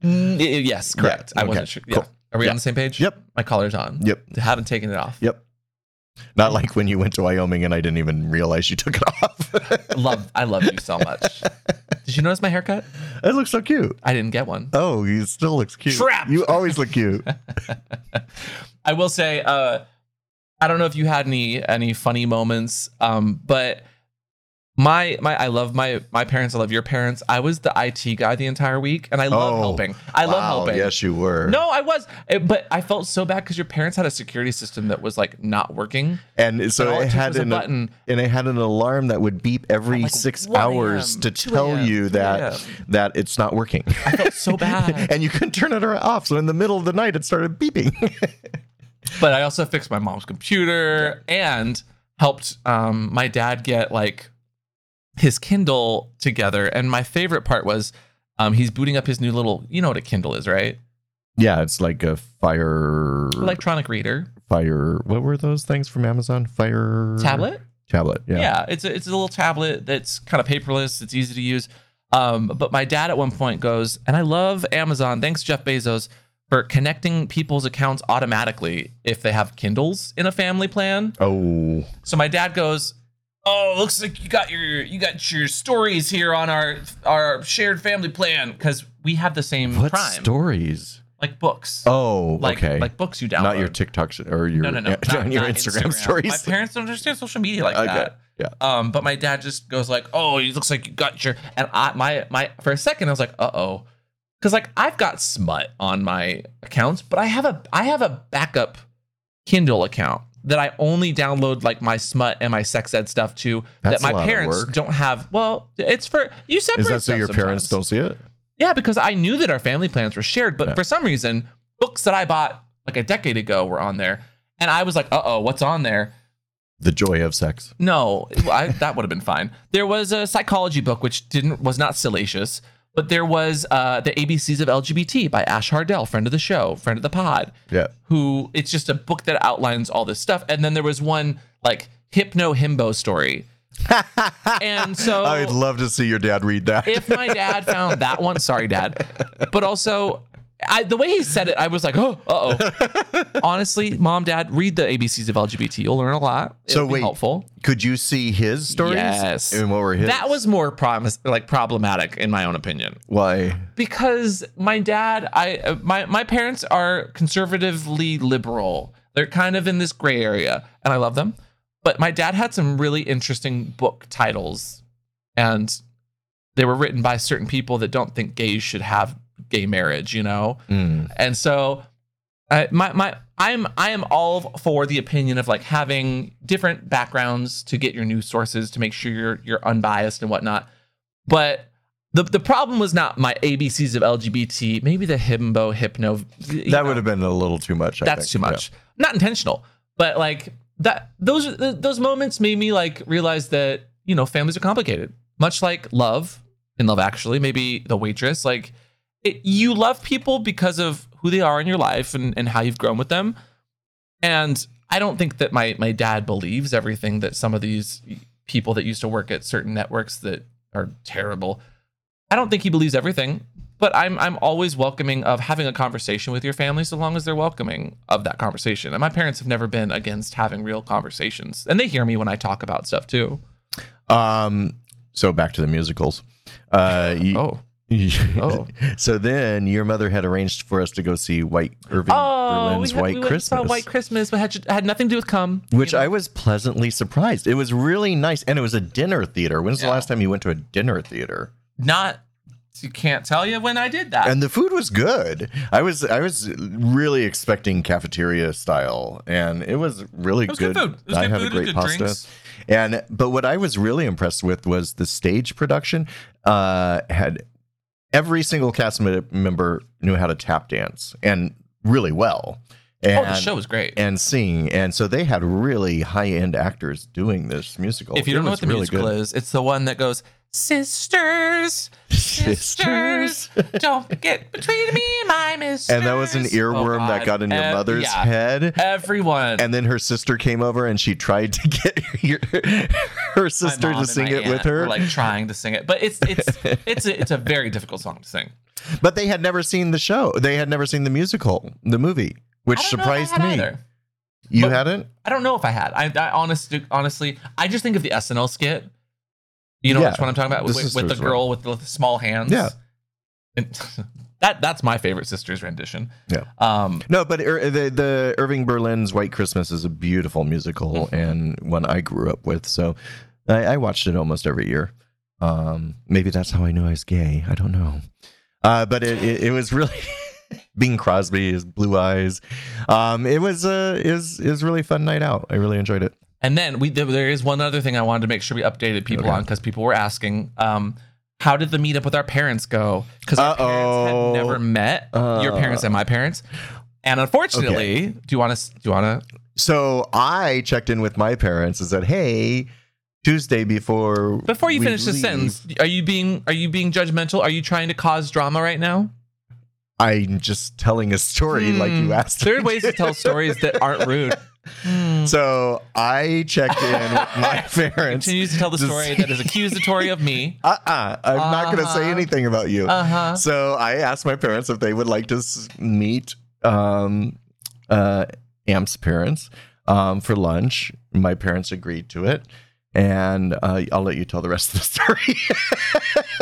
S1: Mm, y- y- yes, correct. I
S2: okay,
S1: wasn't sure. Yeah.
S2: cool.
S1: Are we
S2: Yeah.
S1: on the same page?
S2: Yep.
S1: My collar's on.
S2: Yep.
S1: Haven't taken it off.
S2: Yep. Not like when you went to Wyoming and I didn't even realize you took it off.
S1: Love. I love you so much. Did you notice my haircut?
S2: it looks so cute.
S1: I didn't get one.
S2: Oh, you still looks cute.
S1: Trapped.
S2: You always look cute.
S1: I will say, uh, I don't know if you had any any funny moments, um, but my my I love my my parents. I love your parents. I was the IT guy the entire week, and I love
S2: Oh,
S1: helping. I love
S2: Wow,
S1: helping.
S2: Yes, you were.
S1: No, I was, eh, but I felt so bad because your parents had a security system that was like not working.
S2: And so
S1: And all
S2: it
S1: it took
S2: had
S1: was a
S2: an
S1: button.
S2: and it had an alarm that would beep every
S1: like,
S2: six
S1: 1
S2: hours
S1: a.m.,
S2: to
S1: 2
S2: tell
S1: a.m., 3
S2: you that that it's not working.
S1: I felt so bad,
S2: and you couldn't turn it off. So in the middle of the night, it started beeping.
S1: but I also fixed my mom's computer and helped um, my dad get like his Kindle together. And my favorite part was um, he's booting up his new little, you know what a Kindle is, right?
S2: yeah, it's like a fire.
S1: Electronic reader
S2: fire. What were those things from Amazon? Fire
S1: tablet.
S2: Tablet.
S1: Yeah.
S2: Mm-hmm. Yeah.
S1: it's a, it's a little tablet that's kind of paperless. It's easy to use. Um, but my dad at one point goes, and I love Amazon. Thanks, Jeff Bezos, for connecting people's accounts automatically if they have Kindles in a family plan.
S2: Oh.
S1: So my dad goes, "Oh, looks like you got your you got your stories here on our our shared family plan because we have the same
S2: What
S1: Prime,
S2: stories?
S1: like books,
S2: Oh,
S1: like
S2: okay.
S1: like books you download,
S2: not your TikToks or your
S1: no, no, no,
S2: yeah,
S1: not,
S2: your
S1: not
S2: Instagram,
S1: My
S2: stories.
S1: parents don't understand social media like
S2: Okay,
S1: that.
S2: yeah.
S1: Um, but my dad just goes like, "Oh, it looks like you got your," and I my my for a second I was like, "Uh oh," because like I've got smut on my accounts, but I have a I have a backup Kindle account that I only download like my smut and my sex ed stuff to that
S2: That's a lot
S1: my
S2: of
S1: parents
S2: work.
S1: don't have. Well, it's for you separate.
S2: Is that so
S1: stuff
S2: your parents
S1: sometimes.
S2: don't see it?
S1: Yeah, because I knew that our family plans were shared, but
S2: Yeah.
S1: for some reason, books that I bought like a decade ago were on there, and I was like, "Uh oh, what's on there?"
S2: The joy of sex.
S1: No, I, that would have been fine. There was a psychology book which didn't was not salacious, but there was uh, the ABCs of LGBT by Ash Hardell, friend of the show, friend of the pod,
S2: Yeah.
S1: who it's just a book that outlines all this stuff. And then there was one like hypno himbo story. and so
S2: I'd love to see your dad read that.
S1: Oh. if my dad found that one, sorry, dad. But also, I, the way he said it, I was like, oh, uh oh. Honestly, mom, dad, read the ABCs of LGBT. You'll learn a lot. It'll
S2: So
S1: be
S2: wait,
S1: helpful.
S2: Could you see his stories?
S1: Yes.
S2: And what were his?
S1: That was more promis- like problematic in my own opinion
S2: why.
S1: because my dad, I uh, my my parents are conservatively liberal. They're kind of in this gray area, and I love them. But my dad had some really interesting book titles, and they were written by certain people that don't think gays should have gay marriage. You know,
S2: Mm.
S1: and so, uh, my my I'm I am all for the opinion of like having different backgrounds to get your news sources to make sure you're you're unbiased and whatnot. But the the problem was not my ABCs of LGBT, maybe the himbo hypno. you
S2: That
S1: know,
S2: would have been a little too much. I
S1: that's
S2: think.
S1: too much. Not intentional, but like that those th- those moments made me like realize that you know families are complicated, much like love in Love Actually. Maybe the waitress, like it, you love people because of who they are in your life and and how you've grown with them. And I don't think that my my dad believes everything that some of these people that used to work at certain networks that are terrible. I don't think he believes everything, but I'm I'm always welcoming of having a conversation with your family so long as they're welcoming of that conversation. And my parents have never been against having real conversations. And they hear me when I talk about stuff too.
S2: Yeah. Um. So back to the musicals. Uh, you,
S1: Oh. Oh.
S2: So then your mother had arranged for us to go see White Irving
S1: Oh, we,
S2: Berlin's
S1: had,
S2: White
S1: we went and
S2: Christmas.
S1: saw White Christmas, but had, had nothing to do with cum.
S2: which I was pleasantly surprised. It was really nice, and it was a dinner theater. When's the last time you went to a dinner theater?
S1: Not you can't tell you when I did that.
S2: And the food was good. I was I was really expecting cafeteria style, and it was really
S1: was good food. It was
S2: I
S1: good
S2: had
S1: food,
S2: a great
S1: good
S2: pasta.
S1: drinks.
S2: And but what I was really impressed with was the stage production. Uh, had every single cast me- member knew how to tap dance and really well. And,
S1: oh, the show was great.
S2: and sing, and so they had really high end actors doing this musical.
S1: if you
S2: It
S1: don't know
S2: was
S1: what the
S2: really
S1: musical
S2: good.
S1: is, it's the one that goes, Sisters, sisters, don't get between me and my mistress.
S2: and that was an earworm
S1: Oh,
S2: that
S1: God.
S2: got in your
S1: Ev-
S2: mother's
S1: yeah.
S2: head.
S1: Everyone.
S2: and then her sister came over and she tried to get your, her
S1: My
S2: sister
S1: mom
S2: to
S1: and
S2: sing
S1: my
S2: it with
S1: aunt were,
S2: her
S1: like trying to sing it, but it's it's it's a, it's a very difficult song to sing.
S2: but they had never seen the show they had never seen the musical the movie which
S1: I don't know if I
S2: surprised
S1: had
S2: me
S1: either.
S2: you
S1: But-
S2: hadn't
S1: I don't know if I had. I, I honest, honestly, I just think of the SNL skit. You know
S2: Yeah,
S1: which one I'm talking about
S2: the
S1: with, with the
S2: sisters one.
S1: girl with the, with the small hands.
S2: Yeah.
S1: And that that's my favorite sisters rendition.
S2: Yeah.
S1: Um.
S2: no but Ir- the, the irving berlin's white christmas is a beautiful musical
S1: Mm-hmm.
S2: and one i grew up with so i, I watched it almost every year um, maybe that's how i knew i was gay i don't know uh, but it, it, it was really Bing Crosby, his blue eyes. Um, it was uh, is is really fun night out. I really enjoyed it.
S1: And then we there- there is one other thing I wanted to make sure we updated people
S2: Okay.
S1: on because people were asking, um, how did the meetup with our parents go? Because our parents had
S2: Uh-oh. Uh.
S1: never met your parents and my parents, and unfortunately, do you want to do you want to?
S2: So I checked in with my parents and said, "Hey, Tuesday before
S1: Before you
S2: we
S1: finish this
S2: leave,
S1: sentence, are you being are you being judgmental? Are you trying to cause drama right now?
S2: I'm just telling a story like you asked."
S1: Hmm. There are
S2: me
S1: ways to tell stories that aren't rude. Mm-hmm.
S2: So I checked in with my parents.
S1: Continues to tell the
S2: to
S1: story
S2: see-
S1: that is accusatory of me.
S2: Uh uh-uh, uh, i am not going to say
S1: Uh-huh.
S2: anything about you.
S1: Uh huh.
S2: So I asked my parents if they would like to s- meet um, uh, Amp's parents um, for lunch. My parents agreed to it, and uh, I'll let you tell the rest of the story.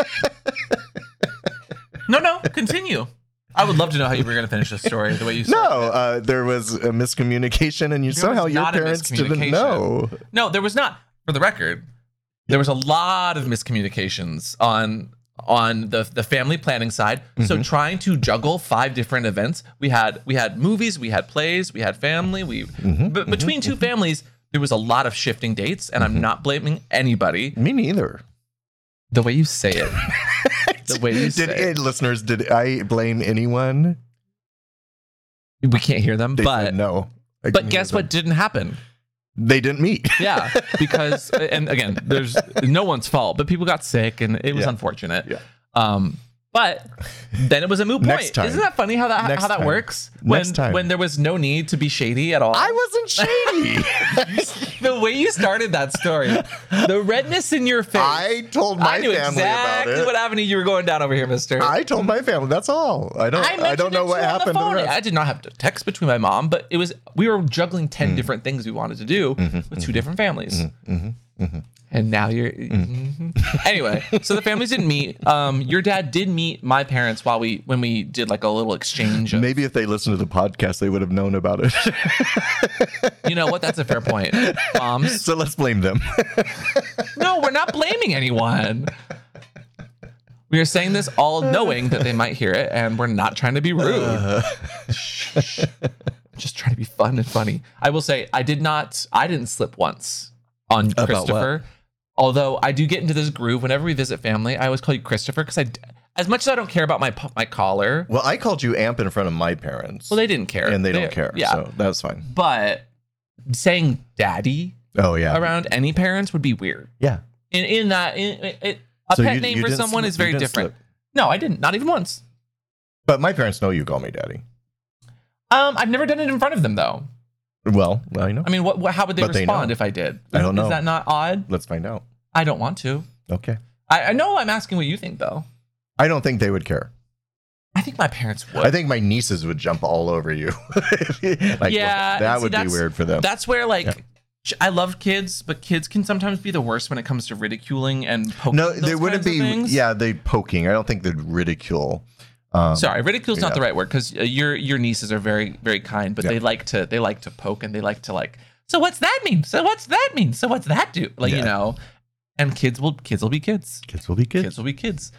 S1: No, no. Continue. I would love to know how you were going to finish this story the way you.
S2: no,
S1: started it.
S2: uh, there was a miscommunication, and you
S1: There
S2: somehow
S1: was
S2: your
S1: not a
S2: parents didn't
S1: miscommunication.
S2: know.
S1: No, there was not. For the record, there was a lot of miscommunications on on the the family planning side.
S2: Mm-hmm.
S1: So trying to juggle five different events. We had we had movies, we had plays, we had family. We
S2: Mm-hmm,
S1: but between two families, there was a lot of shifting dates, and
S2: Mm-hmm.
S1: I'm not blaming anybody.
S2: Me neither.
S1: The way you say it, the way you say
S2: Did
S1: it,
S2: eh, listeners? Did I blame anyone?
S1: we can't hear them.
S2: They
S1: But
S2: said no. I
S1: but
S2: couldn't
S1: guess
S2: hear
S1: what
S2: them.
S1: didn't happen?
S2: They didn't meet.
S1: Yeah, because and again, there's no one's fault, but people got sick and it was
S2: Yeah.
S1: unfortunate.
S2: Yeah.
S1: Um, but then it was a moot point.
S2: Next time.
S1: Isn't that funny how that
S2: Next
S1: how that
S2: time.
S1: works?
S2: Next
S1: when
S2: time.
S1: when there was no need to be shady at all.
S2: I wasn't shady.
S1: the way you started that story, the redness in your face.
S2: I told my
S1: I knew
S2: family
S1: exactly
S2: about it.
S1: what avenue you were going down over here, Mister.
S2: I told my family. That's all. I don't. I, don't
S1: mentioned it
S2: know
S1: to
S2: what
S1: you on the
S2: happened. To the
S1: phone.
S2: rest.
S1: I did not have to text between my mom, but it was we were juggling
S2: Hmm.
S1: ten different things we wanted to do
S2: Mm-hmm.
S1: with two different families. And now you're
S2: Mm.
S1: Mhm. anyway. So the families didn't meet. Um, your dad did meet my parents while we when we did like a little exchange. Of,
S2: Maybe if they listened to the podcast, they would have known about it.
S1: you know what? That's a fair point. Moms,
S2: so let's blame them.
S1: no, we're not blaming anyone. We are saying this all knowing that they might hear it, and we're not trying to be rude. Shh. Just trying to be fun and funny. I will say, I did not, I didn't slip once on
S2: what?
S1: Christopher. Although I do get into this groove whenever we visit family, I always call you Christopher because I, d- as much as I don't care about my p- my collar,
S2: well, I called you Amp in front of my parents,
S1: well, they didn't care,
S2: and they don't care.
S1: Yeah,
S2: So that's fine.
S1: but saying daddy
S2: Oh yeah.
S1: around any parents would be weird.
S2: Yeah.
S1: in in that in, in- it, a
S2: So
S1: pet
S2: you-
S1: name
S2: you
S1: for
S2: didn't
S1: someone
S2: slip-
S1: is
S2: you
S1: very
S2: didn't
S1: different.
S2: slip.
S1: No, I didn't. Not even once.
S2: But my parents know you call me daddy.
S1: Um, I've never done it in front of them though.
S2: Well, I know.
S1: I mean, what, what how would they
S2: But they
S1: respond
S2: know.
S1: if I did?
S2: I don't
S1: Is
S2: know.
S1: that not odd?
S2: Let's find out.
S1: I don't want to.
S2: Okay.
S1: I, I know I'm asking what you think though.
S2: I don't think they would care.
S1: I think my parents would.
S2: I think my nieces would jump all over you. Like,
S1: Yeah, and
S2: that
S1: see,
S2: would be
S1: that's-
S2: weird for them.
S1: That's where like.
S2: Yeah.
S1: sh- I love kids, but kids can sometimes be the worst when it comes to ridiculing and poking.
S2: No,
S1: those
S2: there wouldn't
S1: kinds of
S2: be.
S1: things.
S2: Yeah, they poking. I don't think they'd ridicule. Um,
S1: Sorry, ridicule's not
S2: Yeah.
S1: the right word because your your nieces are very very kind, but
S2: Yeah.
S1: they like to they like to poke and they like to like. So what's that mean? So what's that mean? So what's that do? Like you
S2: Yeah.
S1: know, and kids will kids will be kids.
S2: Kids will be kids.
S1: Kids will be kids.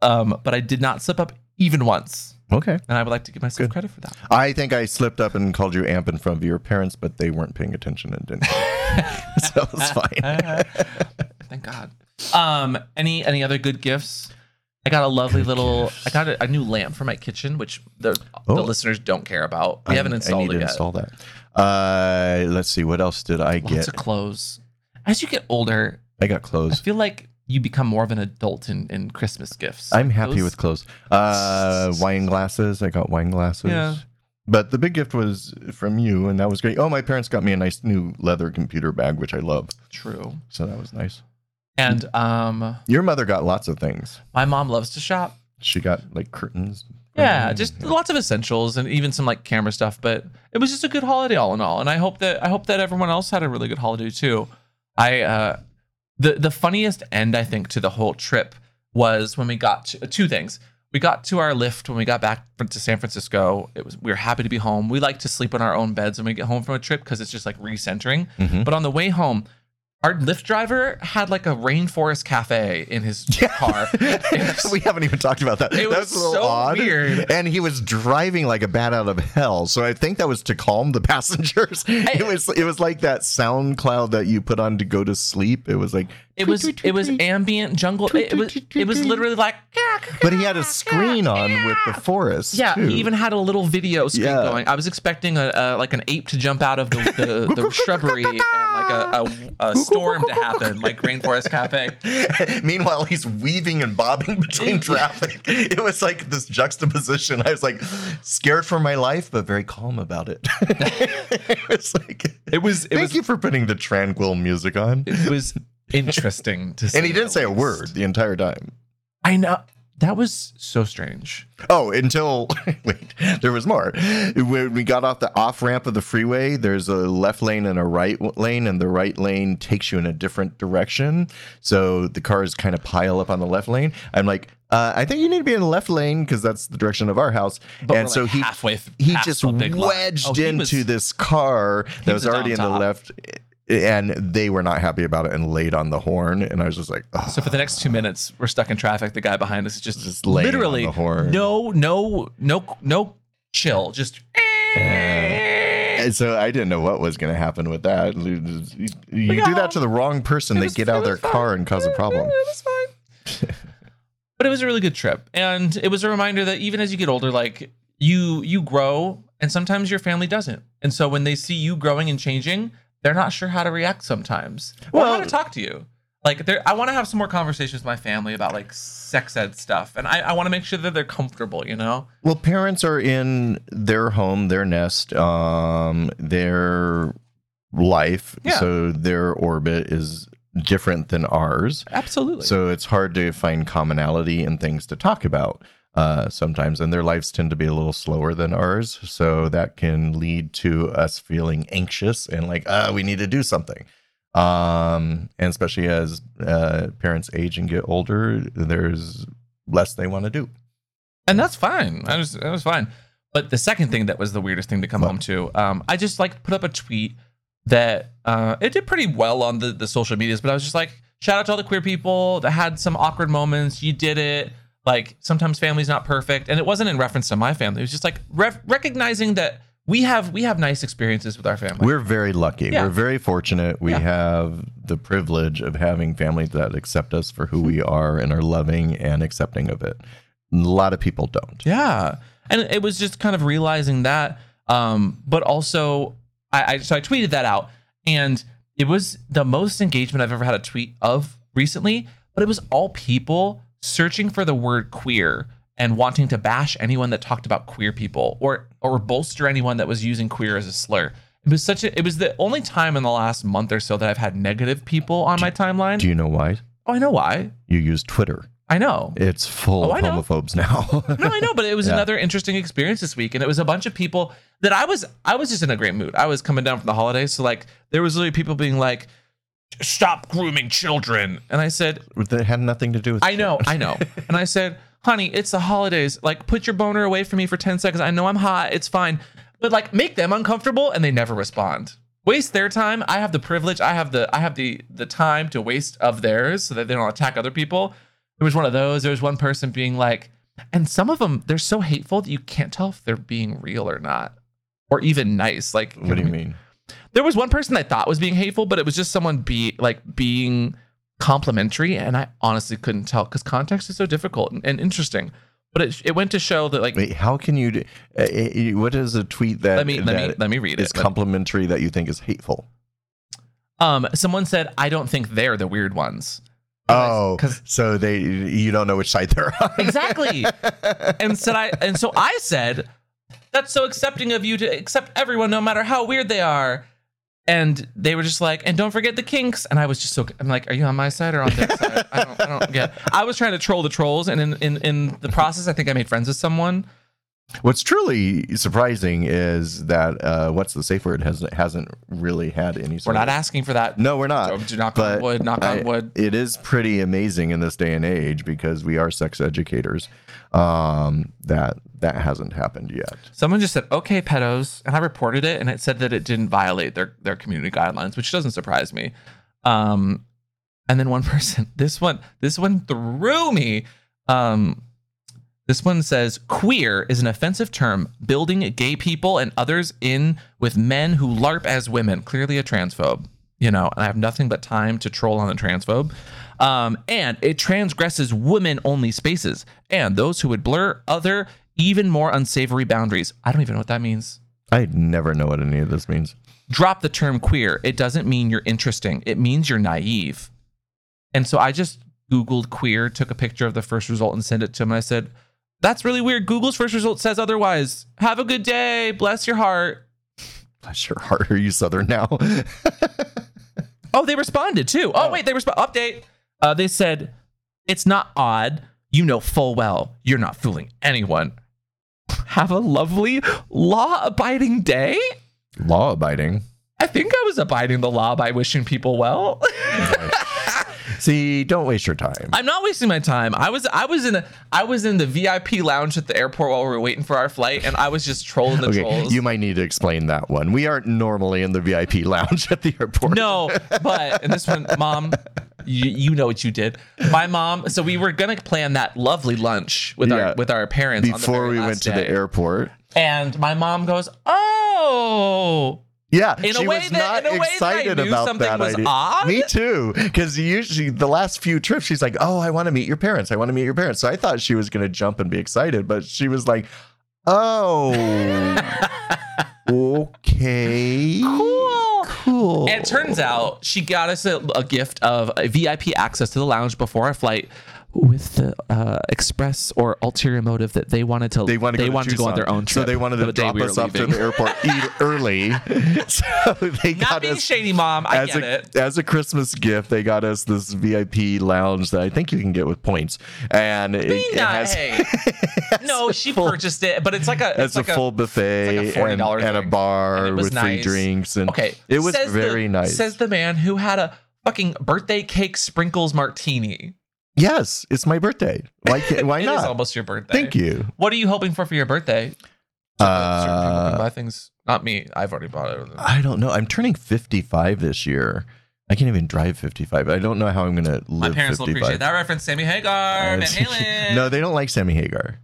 S1: Um, but I did not slip up even once,
S2: Okay.
S1: and I would like to give myself credit for that.
S2: I think I slipped up and called you amp in front of your parents, but they weren't paying attention and didn't. so it's fine.
S1: Thank God. Um, any any other good gifts? I got a lovely little. I got a, a new lamp for my kitchen, which the,
S2: Oh.
S1: the listeners don't care about. We haven't
S2: I-
S1: installed
S2: I need
S1: it
S2: to
S1: yet.
S2: install that. Uh, let's see. What else did I
S1: Lots
S2: get?
S1: of clothes. As you get older,
S2: I got
S1: I
S2: clothes.
S1: feel like you become more of an adult in, in Christmas gifts.
S2: I'm happy
S1: Those-
S2: with clothes. Uh, wine glasses. I got wine glasses.
S1: Yeah.
S2: But the big gift was from you, and that was great. Oh, my parents got me a nice new leather computer bag, which I love.
S1: true.
S2: So that was nice.
S1: And um,
S2: Your mother got lots of things.
S1: my mom loves to shop.
S2: She got like curtains. Mm-hmm.
S1: Yeah, just lots of essentials and even some like camera stuff. But it was just a good holiday all in all, and I hope that I hope that everyone else had a really good holiday too. I uh, the the funniest end I think to the whole trip was when we got to, two things. We got to our lift when we got back from, to San Francisco. It was we were happy to be home. We like to sleep on our own beds when we get home from a trip because it's just like recentering.
S2: Mhm.
S1: But on the way home. Our Lyft driver had like a rainforest cafe in his car. It was-
S2: we haven't even talked about that.
S1: It
S2: that
S1: was
S2: was, a little
S1: so
S2: odd.
S1: weird.
S2: And he was driving like a bat out of hell. So I think that was to calm the passengers. it was it was like that sound cloud that you put on to go to sleep. It was like
S1: It was it was ambient jungle. It was it was literally like
S2: But he had a screen on with the forest.
S1: yeah.
S2: too.
S1: He even had a little video screen
S2: Yeah.
S1: going. I was expecting a, a like an ape to jump out of the the, the shrubbery and like a, a, a storm to happen, like Rainforest Cafe.
S2: Meanwhile, he's weaving and bobbing between traffic. It was like this juxtaposition. I was like scared for my life, but very calm about it. it was like
S1: It was it
S2: Thank
S1: was
S2: you for putting the tranquil music on.
S1: it was interesting to see.
S2: And he didn't
S1: at
S2: say a
S1: least.
S2: word the entire time.
S1: I know that was so strange.
S2: Oh, until wait, there was more. When we got off the off ramp of the freeway, there's a left lane and a right lane, and the right lane takes you in a different direction. So the cars kind of pile up on the left lane. I'm like, uh, I think you need to be in the left lane because that's the direction of our house.
S1: But
S2: and
S1: we're,
S2: so
S1: like,
S2: he
S1: halfway th-
S2: he
S1: past
S2: just
S1: the big lot.
S2: wedged
S1: Oh, he
S2: into
S1: was-
S2: this car that
S1: was
S2: was already in
S1: on
S2: the
S1: top.
S2: left. and they were not happy about it and laid on the horn. And I was just like, oh,
S1: So for the next two minutes, we're stuck in traffic. The guy behind us is just,
S2: Just laying on
S1: literally
S2: the horn.
S1: no, no, no, no chill. Just
S2: And so I didn't know what was going to happen with that. You you do that to the wrong person,
S1: It
S2: they
S1: was-
S2: get
S1: it
S2: out
S1: was
S2: their
S1: fine.
S2: car and cause a
S1: Yeah,
S2: problem.
S1: yeah, it was fine. but it was a really good trip, and it was a reminder that even as you get older, like you you grow, and sometimes your family doesn't. And so when they see you growing and changing, they're not sure how to react sometimes. Well, how
S2: Well-
S1: to talk to you. Like there, I want to have some more conversations with my family about like sex ed stuff, and I, I want to make sure that they're comfortable. You know,
S2: Well, parents are in their home, their nest, um, their life.
S1: Yeah.
S2: So their orbit is different than ours.
S1: absolutely.
S2: So it's hard to find commonality and things to talk about uh, sometimes. And their lives tend to be a little slower than ours. So that can lead to us feeling anxious and like, ah, we need to do something. Um, and especially as uh, parents age and get older, there's less they want to do.
S1: and that's fine. I was that was fine. But the second thing that was the weirdest thing to come
S2: What?
S1: home to, um, I just like put up a tweet that uh, it did pretty well on the the social medias, but I was just like, shout out to all the queer people that had some awkward moments. You did it. Like sometimes family's not perfect, and it wasn't in reference to my family. It was just like ref recognizing that we have we have nice experiences with our family.
S2: We're very lucky.
S1: Yeah.
S2: We're very fortunate. We
S1: Yeah.
S2: have the privilege of having families that accept us for who we
S1: Mm-hmm.
S2: are and are loving and accepting of it. A lot of people don't.
S1: Yeah. And it was just kind of realizing that. Um, but also I, I so I tweeted that out and it was the most engagement I've ever had a tweet of recently, but it was all people searching for the word queer and wanting to bash anyone that talked about queer people or or bolster anyone that was using queer as a slur. It was such a it was the only time in the last month or so that I've had negative people on my timeline.
S2: Do you know why?
S1: oh, I know why.
S2: You use Twitter.
S1: I know.
S2: It's full
S1: Oh, I
S2: of
S1: know.
S2: homophobes now.
S1: No, I know, but it was
S2: Yeah.
S1: another interesting experience this week, and it was a bunch of people that I was I was just in a great mood. I was coming down from the holidays, so like there was literally people being like, "Stop grooming children," and I said,
S2: that had nothing to do with.
S1: "I know, I know," and I said, "Honey, it's the holidays. Like, put your boner away from me for ten seconds. I know I'm hot. It's fine, but like make them uncomfortable," and they never respond. Waste their time. I have the privilege. I have the I have the the time to waste of theirs so that they don't attack other people there was one of those. There was one person being like, and some of them they're so hateful that you can't tell if they're being real or not, or even nice. Like,
S2: What do you mean?
S1: There was one person I thought was being hateful, but it was just someone be like being complimentary, and I honestly couldn't tell because context is so difficult and, and interesting. But it it went to show that like,
S2: Wait, how can you? do- Uh, uh, what is a tweet that?
S1: let me let me
S2: that
S1: let me read
S2: is
S1: it.
S2: complimentary that you think is hateful.
S1: Um, someone said, I don't think they're the weird ones.
S2: Oh,
S1: 'Cause-
S2: so they you don't know which side they're on.
S1: Exactly. and said I and so I said, That's so accepting of you to accept everyone no matter how weird they are. And they were just like, and don't forget the kinks. And I was just so I'm like, are you on my side or on their side? I don't I don't get. I was trying to troll the trolls and in, in, in the process I think I made friends with someone.
S2: What's truly surprising is that uh, what's the safe word hasn't hasn't really had any.
S1: We're
S2: Sort
S1: not
S2: of,
S1: asking for that.
S2: No, we're not.
S1: So do knock
S2: but
S1: on wood, knock
S2: I-
S1: on wood.
S2: It is pretty amazing in this day and age because we are sex educators. Um, that that hasn't happened yet.
S1: Someone just said, "Okay, pedos," and I reported it, and it said that it didn't violate their their community guidelines, which doesn't surprise me. Um, and then one person, this one, this one threw me. Um, this one says, "Queer is an offensive term building gay people and others in with men who LARP as women." Clearly a transphobe, you know. And I have nothing but time to troll on the transphobe. Um, and it transgresses women-only spaces and those who would blur other, even more unsavory boundaries. I don't even know what that means
S2: I never know what any of this means.
S1: drop the term queer. It doesn't mean you're interesting. It means you're naive. And so I just Googled queer, took a picture of the first result and sent it to him. And I said, That's really weird. Google's first result says otherwise. Have a good day. Bless your heart.
S2: Bless your heart, are you Southern now?
S1: Oh, they responded too. Oh, wait, they respond. Update. Uh, they said, It's not odd. You know full well you're not fooling anyone. Have a lovely law abiding day.
S2: Law abiding.
S1: I think I was abiding the law by wishing people well.
S2: See, don't waste your time.
S1: I'm not wasting my time. I was I was in a I was in the VIP lounge at the airport while we were waiting for our flight, and I was just trolling the
S2: Okay,
S1: trolls.
S2: you might need to explain that one. We aren't normally in the VIP lounge at the airport.
S1: no, but and this one, mom, you, you know what you did. My mom. So we were gonna plan that lovely lunch with
S2: Yeah.
S1: our with our parents on the
S2: before
S1: very
S2: we
S1: last
S2: went to
S1: day.
S2: the airport.
S1: and my mom goes, "Oh."
S2: Yeah,
S1: In a
S2: she
S1: way
S2: was
S1: that-
S2: not
S1: in a way that I
S2: excited
S1: knew
S2: about
S1: something
S2: that
S1: was
S2: idea.
S1: odd.
S2: Me too, because usually the last few trips, she's like, "Oh, I want to meet your parents. I want to meet your parents." So I thought she was going to jump and be excited, but she was like, "Oh, okay,
S1: Cool.
S2: cool."
S1: And it turns out she got us a, a gift of a VIP access to the lounge before our flight with the uh, express or ulterior motive that they wanted to
S2: they wanted to go, to
S1: wanted go on their
S2: Tucson.
S1: own trip.
S2: so they wanted
S1: the
S2: to
S1: day
S2: drop
S1: we were
S2: us off to
S1: leaving.
S2: the airport e- early. So they
S1: Not
S2: got
S1: being
S2: us
S1: shady, mom. I
S2: as
S1: get
S2: a,
S1: it.
S2: As a Christmas gift, they got us this VIP lounge that I think you can get with points, and it,
S1: Be
S2: it
S1: nice.
S2: has
S1: no, she purchased it, but it's like a it's
S2: it's
S1: like
S2: a full buffet
S1: it's like a
S2: and,
S1: $40
S2: and a
S1: thing.
S2: bar
S1: And it was
S2: with free
S1: nice.
S2: drinks, and
S1: okay.
S2: it was
S1: says the-
S2: very nice.
S1: Says the man who had a fucking birthday cake sprinkles martini.
S2: yes, it's my birthday. Why can't, why
S1: It is
S2: not?
S1: almost your birthday.
S2: Thank you.
S1: What are you hoping for for your birthday? Certain people can
S2: Uh,
S1: buy things. Not me. I've already bought it.
S2: I don't know. I'm turning 55 this year. I can't even drive 55. I don't know how I'm gonna
S1: My
S2: live.
S1: parents will
S2: 55.
S1: appreciate that reference. Sammy Hagar, Van Halen.
S2: no, they don't like Sammy Hagar.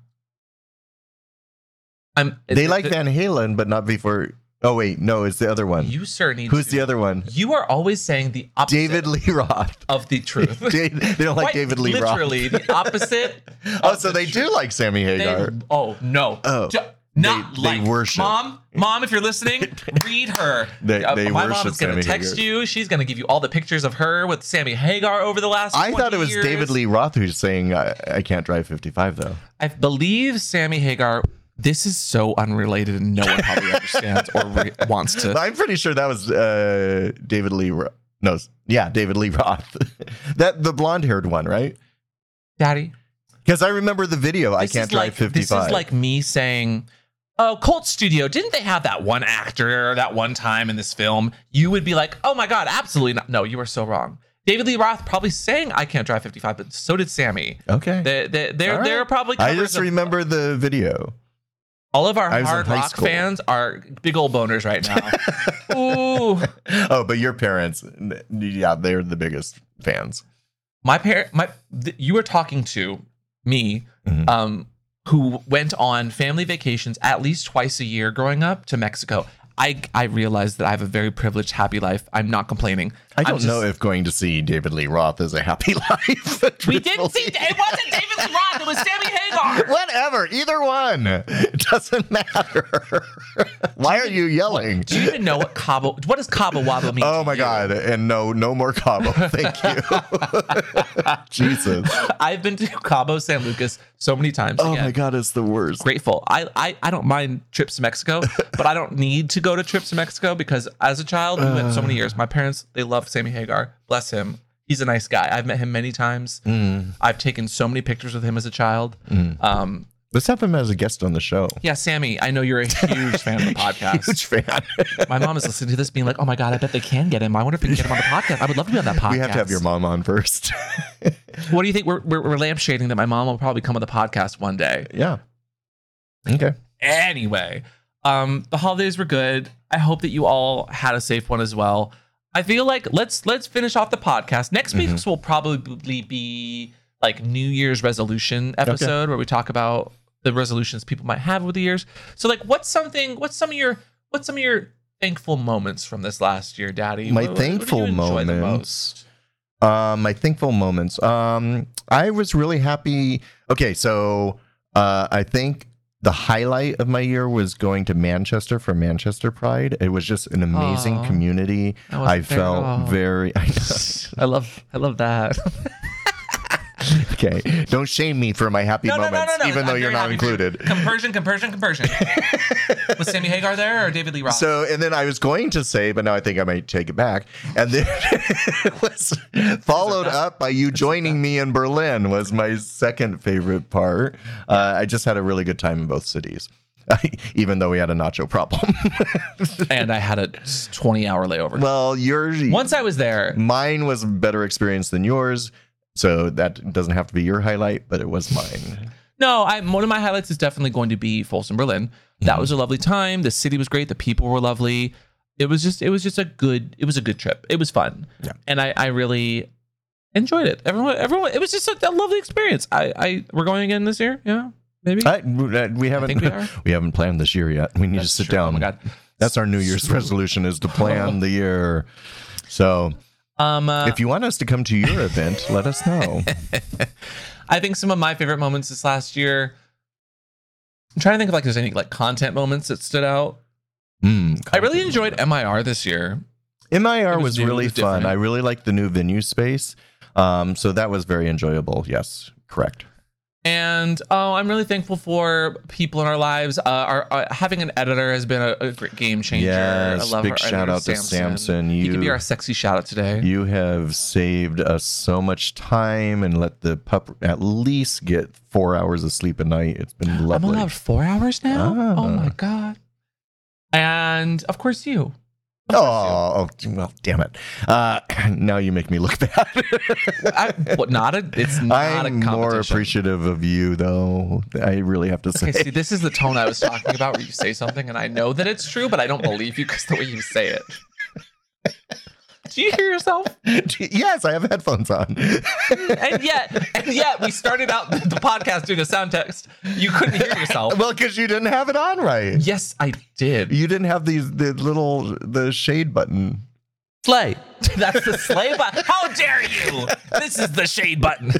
S1: I'm,
S2: They like Van Halen, but not before. Oh wait, no, it's the other one.
S1: You sir need.
S2: Who's
S1: to-
S2: the other one?
S1: You are always saying the opposite
S2: David Lee Roth.
S1: of the truth.
S2: they they don't like
S1: Quite
S2: David Lee
S1: Literally
S2: Roth.
S1: the opposite.
S2: Oh,
S1: of
S2: so
S1: the
S2: they
S1: truth.
S2: do like Sammy
S1: They-
S2: Hagar.
S1: oh no.
S2: Oh,
S1: Ju- not
S2: they- they
S1: like
S2: worship.
S1: mom. Mom, if you're listening, read her. Uh,
S2: They- they
S1: my mom
S2: worship
S1: is gonna
S2: Sammy
S1: text
S2: Hagar.
S1: you. She's gonna give you all the pictures of her with Sammy Hagar over the last.
S2: I thought
S1: 20
S2: it was
S1: years.
S2: David Lee Roth who's saying I, I can't drive 55 though.
S1: I believe Sammy Hagar. This is so unrelated, and no one probably understands or re- wants to.
S2: I'm pretty sure that was uh, David Lee. Ro- no, s- yeah, David Lee Roth. that the blonde-haired one, right?
S1: Daddy,
S2: Because I remember the video. I
S1: this
S2: can't
S1: is
S2: drive
S1: like,
S2: 55.
S1: This is like me saying, "Oh, Colt Studio, didn't they have that one actor that one time in this film?" You would be like, "Oh my god, absolutely not!" No, you are so wrong. David Lee Roth probably sang "I Can't Drive 55," but so did Sammy.
S2: okay.
S1: They, they, they're,
S2: All right.
S1: they're probably
S2: I
S1: covers
S2: just
S1: of-
S2: remember the video.
S1: all of our
S2: I was in
S1: hard
S2: high
S1: rock
S2: school.
S1: fans are big old boners right now. Ooh,
S2: Oh, but your parents, n- yeah, they're the biggest fans.
S1: my parent, my th- you were talking to me
S2: Mhm.
S1: um, who went on family vacations at least twice a year growing up to Mexico. I, I realize that I have a very privileged, happy life. I'm not complaining.
S2: I
S1: I'm
S2: don't
S1: just-
S2: know if going to see David Lee Roth is a happy life.
S1: We didn't see. It wasn't David Lee Roth. It was Sammy Hagar.
S2: Whatever, either one. It doesn't matter. Why are you yelling?
S1: Do you even know what Cabo? What does Cabo Wabo mean?
S2: Oh
S1: to
S2: my
S1: you?
S2: God. And no, no more Cabo. Thank you. Jesus.
S1: I've been to Cabo San Lucas so many times.
S2: Oh
S1: again.
S2: my God, it's the worst.
S1: Grateful. I, I I don't mind trips to Mexico, but I don't need to go to trips to Mexico because as a child we went so many years. My parents they loved Sammy Hagar. Bless him. He's a nice guy. I've met him many times.
S2: Mm. Hmm.
S1: I've taken so many pictures with him as a child. Um,
S2: Let's have him as a guest on the show.
S1: yeah, Sammy, I know you're a huge fan of the podcast.
S2: Huge fan.
S1: My mom is listening to this, being like, "Oh my god, I bet they can get him. I wonder if we can get him on the podcast. I would love to be on that podcast."
S2: we have to have your mom on first.
S1: What do you think? We're we're, we're lampshading that my mom will probably come on the podcast one day.
S2: yeah. Okay.
S1: Anyway, um, the holidays were good. I hope that you all had a safe one as well. I feel like let's let's finish off the podcast. Next week's
S2: Mm-hmm.
S1: will probably be like New Year's resolution episode where we talk about the resolutions people might have over the years. So like what's something what's some of your what's some of your thankful moments from this last year, Daddy?
S2: My
S1: What- what do you
S2: thankful
S1: enjoy the
S2: moments?
S1: most?
S2: Um, my thankful moments. Um, I was really happy. Okay, so uh, I think the highlight of my year was going to Manchester for Manchester Pride. It was just an amazing
S1: Aw.
S2: community.
S1: I wasn't
S2: I
S1: there at all.
S2: felt very. I know.
S1: I love I love that.
S2: okay, don't shame me for my happy moments, even though
S1: I'm
S2: you're
S1: very
S2: not
S1: happy for you.
S2: included.
S1: Compersion, compersion, compersion. Was Sammy Hagar there or David Lee Roth?
S2: So, and then I was going to say, but now I think I might take it back. And then it was followed up by you joining me in Berlin was my second favorite part. Uh, I just had a really good time in both cities. even though we had a nacho problem.
S1: and I had a 20 hour layover.
S2: well, yours
S1: Once I was there,
S2: mine was a better experience than yours, so that doesn't have to be your highlight, but it was mine.
S1: no, I, one of my highlights is definitely going to be Folsom Berlin.
S2: Mm-hmm.
S1: That was a lovely time. The city was great. The people were lovely. It was just, it was just a good, it was a good trip. It was fun,
S2: Yeah.
S1: and I, I really enjoyed it. Everyone, everyone, it was just a, a lovely experience. I, I, we're going again this year. Yeah, maybe.
S2: I, we haven't
S1: think we
S2: we,
S1: are.
S2: haven't planned this year yet. We need
S1: That's
S2: to sit
S1: true.
S2: down.
S1: Oh my god.
S2: That's our New Year's resolution is to plan the year. So
S1: Um, uh,
S2: if you want us to come to your event, let us know.
S1: I think some of my favorite moments this last year. I'm trying to think of like there's any like content moments that stood out.
S2: Mm,
S1: I really enjoyed MIR this year.
S2: MIR
S1: It was
S2: was,
S1: new, it
S2: really
S1: was
S2: fun.
S1: different.
S2: I really liked the new venue space. Um, so that was very enjoyable. Yes, correct.
S1: And oh, I'm really thankful for people in our lives. Uh, our, our- having an editor has been a, a great game changer.
S2: Yes,
S1: I love
S2: big
S1: our
S2: shout
S1: editor,
S2: out to Samson.
S1: You,
S2: You-
S1: can be our sexy shout out today.
S2: You have saved us so much time and let the pup at least get four hours of sleep a night. It's been
S1: I'm
S2: lovely.
S1: allowed four hours now.
S2: Ah.
S1: Oh my god! And of course you.
S2: Oh, oh, well, damn it. Uh, now you make me look bad.
S1: I, what, not a. It's not
S2: I'm
S1: a competition.
S2: more appreciative of you, though. I really have to say.
S1: Okay, see, this is the tone I was talking about where you say something and I know that it's true, but I don't believe you because the way you say it. Do you hear yourself?
S2: yes, I have headphones on.
S1: And yet, and yet, we started out the podcast doing a sound text. You couldn't hear yourself.
S2: well, because you didn't have it on right.
S1: Yes, I did.
S2: You didn't have these the little the shade button.
S1: Slay. That's the slay button. How dare you? This is the shade button.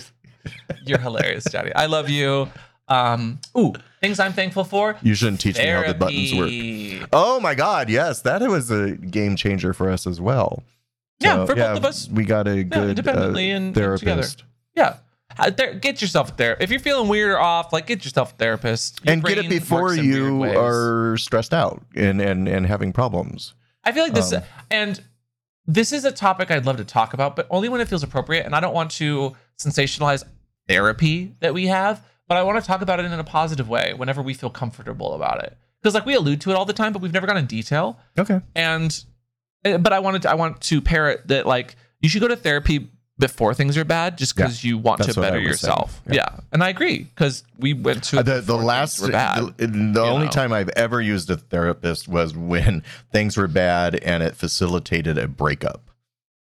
S1: You're hilarious, Johnny. I love you. Um, ooh, things I'm thankful for.
S2: You shouldn't teach me how the buttons work.
S1: Therapy.
S2: Oh my God! Yes, that was a game changer for us as well.
S1: Yeah,
S2: So,
S1: for both of us.
S2: we got a good
S1: independently
S2: uh,
S1: and- and together.
S2: therapist.
S1: Yeah. Uh, There, get yourself a therapist. If you're feeling weird or off, like get yourself a therapist. Your
S2: and get it
S1: brain
S2: before
S1: works in weird
S2: you
S1: ways.
S2: are stressed out and and and having problems.
S1: I feel like this,
S2: um,
S1: and this is a topic I'd love to talk about, but only when it feels appropriate. And I don't want to sensationalize therapy that we have, but I want to talk about it in a positive way whenever we feel comfortable about it. Because like we allude to it all the time, but we've never gone in detail.
S2: Okay.
S1: and uh, but I wanted to, I want to parrot that like you should go to therapy before things are bad just because you want
S2: that's
S1: to
S2: what I
S1: better
S2: was
S1: yourself.
S2: saying.
S1: Yeah. and I agree because we went to
S2: Uh, the the
S1: before
S2: last
S1: things were bad.
S2: the, the only
S1: know.
S2: time I've ever used a therapist was when things were bad and it facilitated a breakup.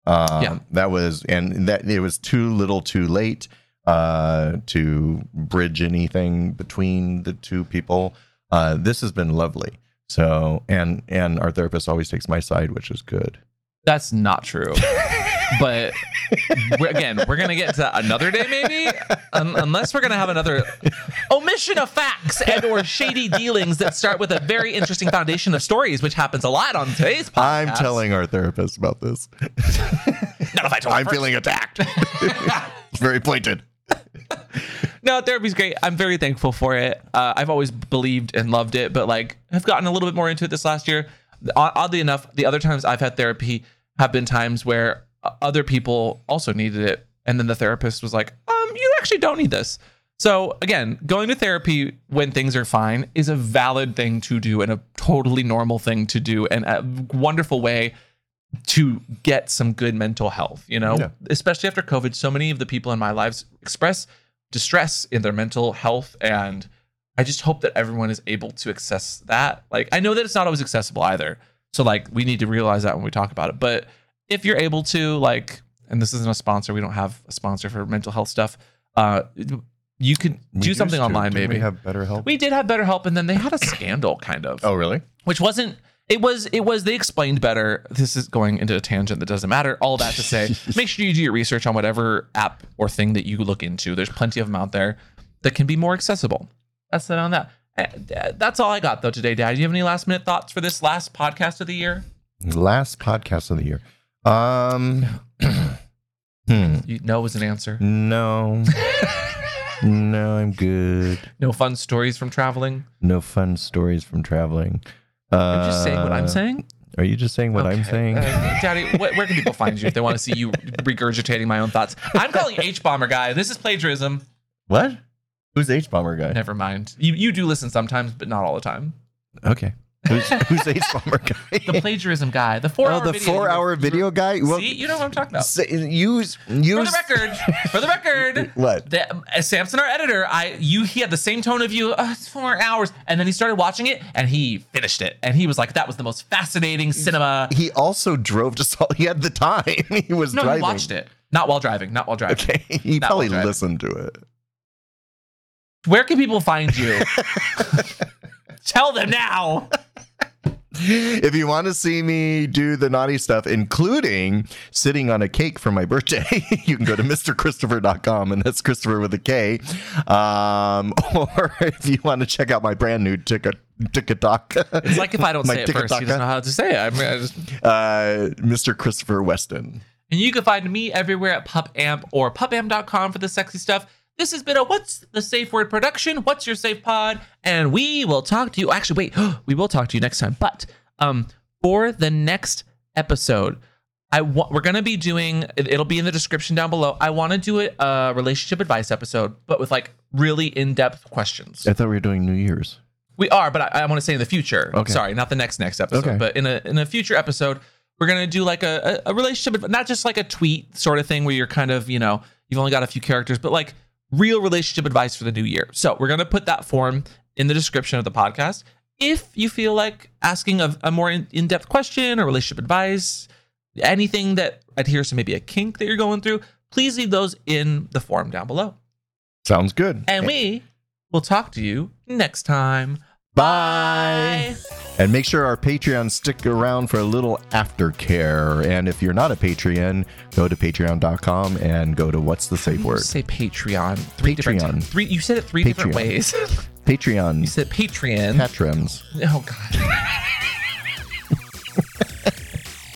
S2: Um,
S1: Yeah.
S2: that was and that it was too little, too late uh, to bridge anything between the two people. Uh, this has been lovely. So and and our therapist always takes my side, which is good.
S1: That's not true. but we're, again, we're gonna get to another day maybe, un- unless we're gonna have another omission of facts and or shady dealings that start with a very interesting foundation of stories, which happens a lot on today's podcast.
S2: I'm telling our therapist about this.
S1: Not if I told
S2: I'm
S1: her.
S2: feeling attacked. it's very pointed.
S1: No, therapy's great. I'm very thankful for it. Uh, I've always believed and loved it, but like I've gotten a little bit more into it this last year. O- Oddly enough, the other times I've had therapy have been times where uh, other people also needed it, and then the therapist was like, "Um, you actually don't need this." So again, going to therapy when things are fine is a valid thing to do and a totally normal thing to do, and a wonderful way to get some good mental health, you know,
S2: Yeah.
S1: especially after COVID. So many of the people in my lives express distress in their mental health. And I just hope that everyone is able to access that. Like, I know that it's not always accessible either. So, like, we need to realize that when we talk about it. But if you're able to, like, and this isn't a sponsor, we don't have a sponsor for mental health stuff. Uh, you could do something online, maybe.
S2: We have better help.
S1: we did have BetterHelp, and then they had a scandal, kind of
S2: oh, really?
S1: which wasn't it was it was they explained better this is going into a tangent that doesn't matter all that to say make sure you do your research on whatever app or thing that you look into there's plenty of them out there that can be more accessible that's it on that Eh, eh, that's all i got though today dad do you have any last minute thoughts for this last podcast of the year
S2: Last podcast of the year. Um, hmm,
S1: you know was an answer
S2: no, no, I'm good.
S1: no fun stories from traveling
S2: No fun stories from traveling. Uh,
S1: i'm just saying what i'm saying
S2: Are you just saying what I'm
S1: Okay.
S2: saying?
S1: Uh, daddy wh- where can people find you if they want to see you regurgitating my own thoughts i'm calling h-bomber guy this is plagiarism
S2: what? Who's the H bomber guy?
S1: Never mind. You you do listen sometimes, but not all the time.
S2: Okay. Who's who's the H bomber guy?
S1: The plagiarism guy, the four
S2: oh,
S1: hour
S2: the
S1: video.
S2: four-hour video guy. Well,
S1: See, you know what I'm talking about.
S2: s- use use
S1: For the record, for the record,
S2: What?
S1: The, uh, Samson, our editor, I you he had the same tone of you. Uh, it's four hours, and then he started watching it, and he finished it, and he was like, "That was the most fascinating cinema."
S2: He also drove to Salt. He had the time. He was
S1: No,
S2: driving.
S1: he watched it, not while driving, not while driving.
S2: Okay. He
S1: Not
S2: probably
S1: while driving.
S2: listened to it.
S1: Where can people find you? Tell them now.
S2: If you want to see me do the naughty stuff, including sitting on a cake for my birthday, you can go to mrchristopher.com, and that's Christopher with a K. Um, or if you want to check out my brand new ticket, TikTok,
S1: It's like if I don't
S2: My
S1: say it first, he
S2: tick-a-tock-a.
S1: doesn't know how to say it. I mean, I just-
S2: uh, Mr. Christopher Weston.
S1: And you can find me everywhere at PupAmp or PupAmp.com for the sexy stuff. This has been a What's the Safe Word production. What's your safe pod? And we will talk to you. Actually, wait, we will talk to you next time. But um, for the next episode, I wa- we're gonna be doing. it- It'll be in the description down below. I want to do it a relationship advice episode, but with like really in depth questions.
S2: I thought we were doing New Year's.
S1: We are, but I, I want to say in the future.
S2: Okay.
S1: Sorry, not the next next episode,
S2: Okay.
S1: but in a in a future episode, we're gonna do like a, a a relationship, adv- not just like a tweet sort of thing where you're kind of you know you've only got a few characters, but like real relationship advice for the new year. So we're gonna put that form in the description of the podcast. If you feel like asking a, a more in depth question or relationship advice, anything that adheres to maybe a kink that you're going through, please leave those in the form down below.
S2: Sounds good.
S1: And we will talk to you next time.
S2: Bye. And make sure our Patreon stick around for a little aftercare. And if you're not a Patreon, go to patreon.com and go to what's the safe word?
S1: Say Patreon. Three different
S2: Patreon.
S1: times. Three. You said it three different
S2: Patreon.
S1: ways. you
S2: Patreon.
S1: said Patreon.
S2: Patrons.
S1: Oh God.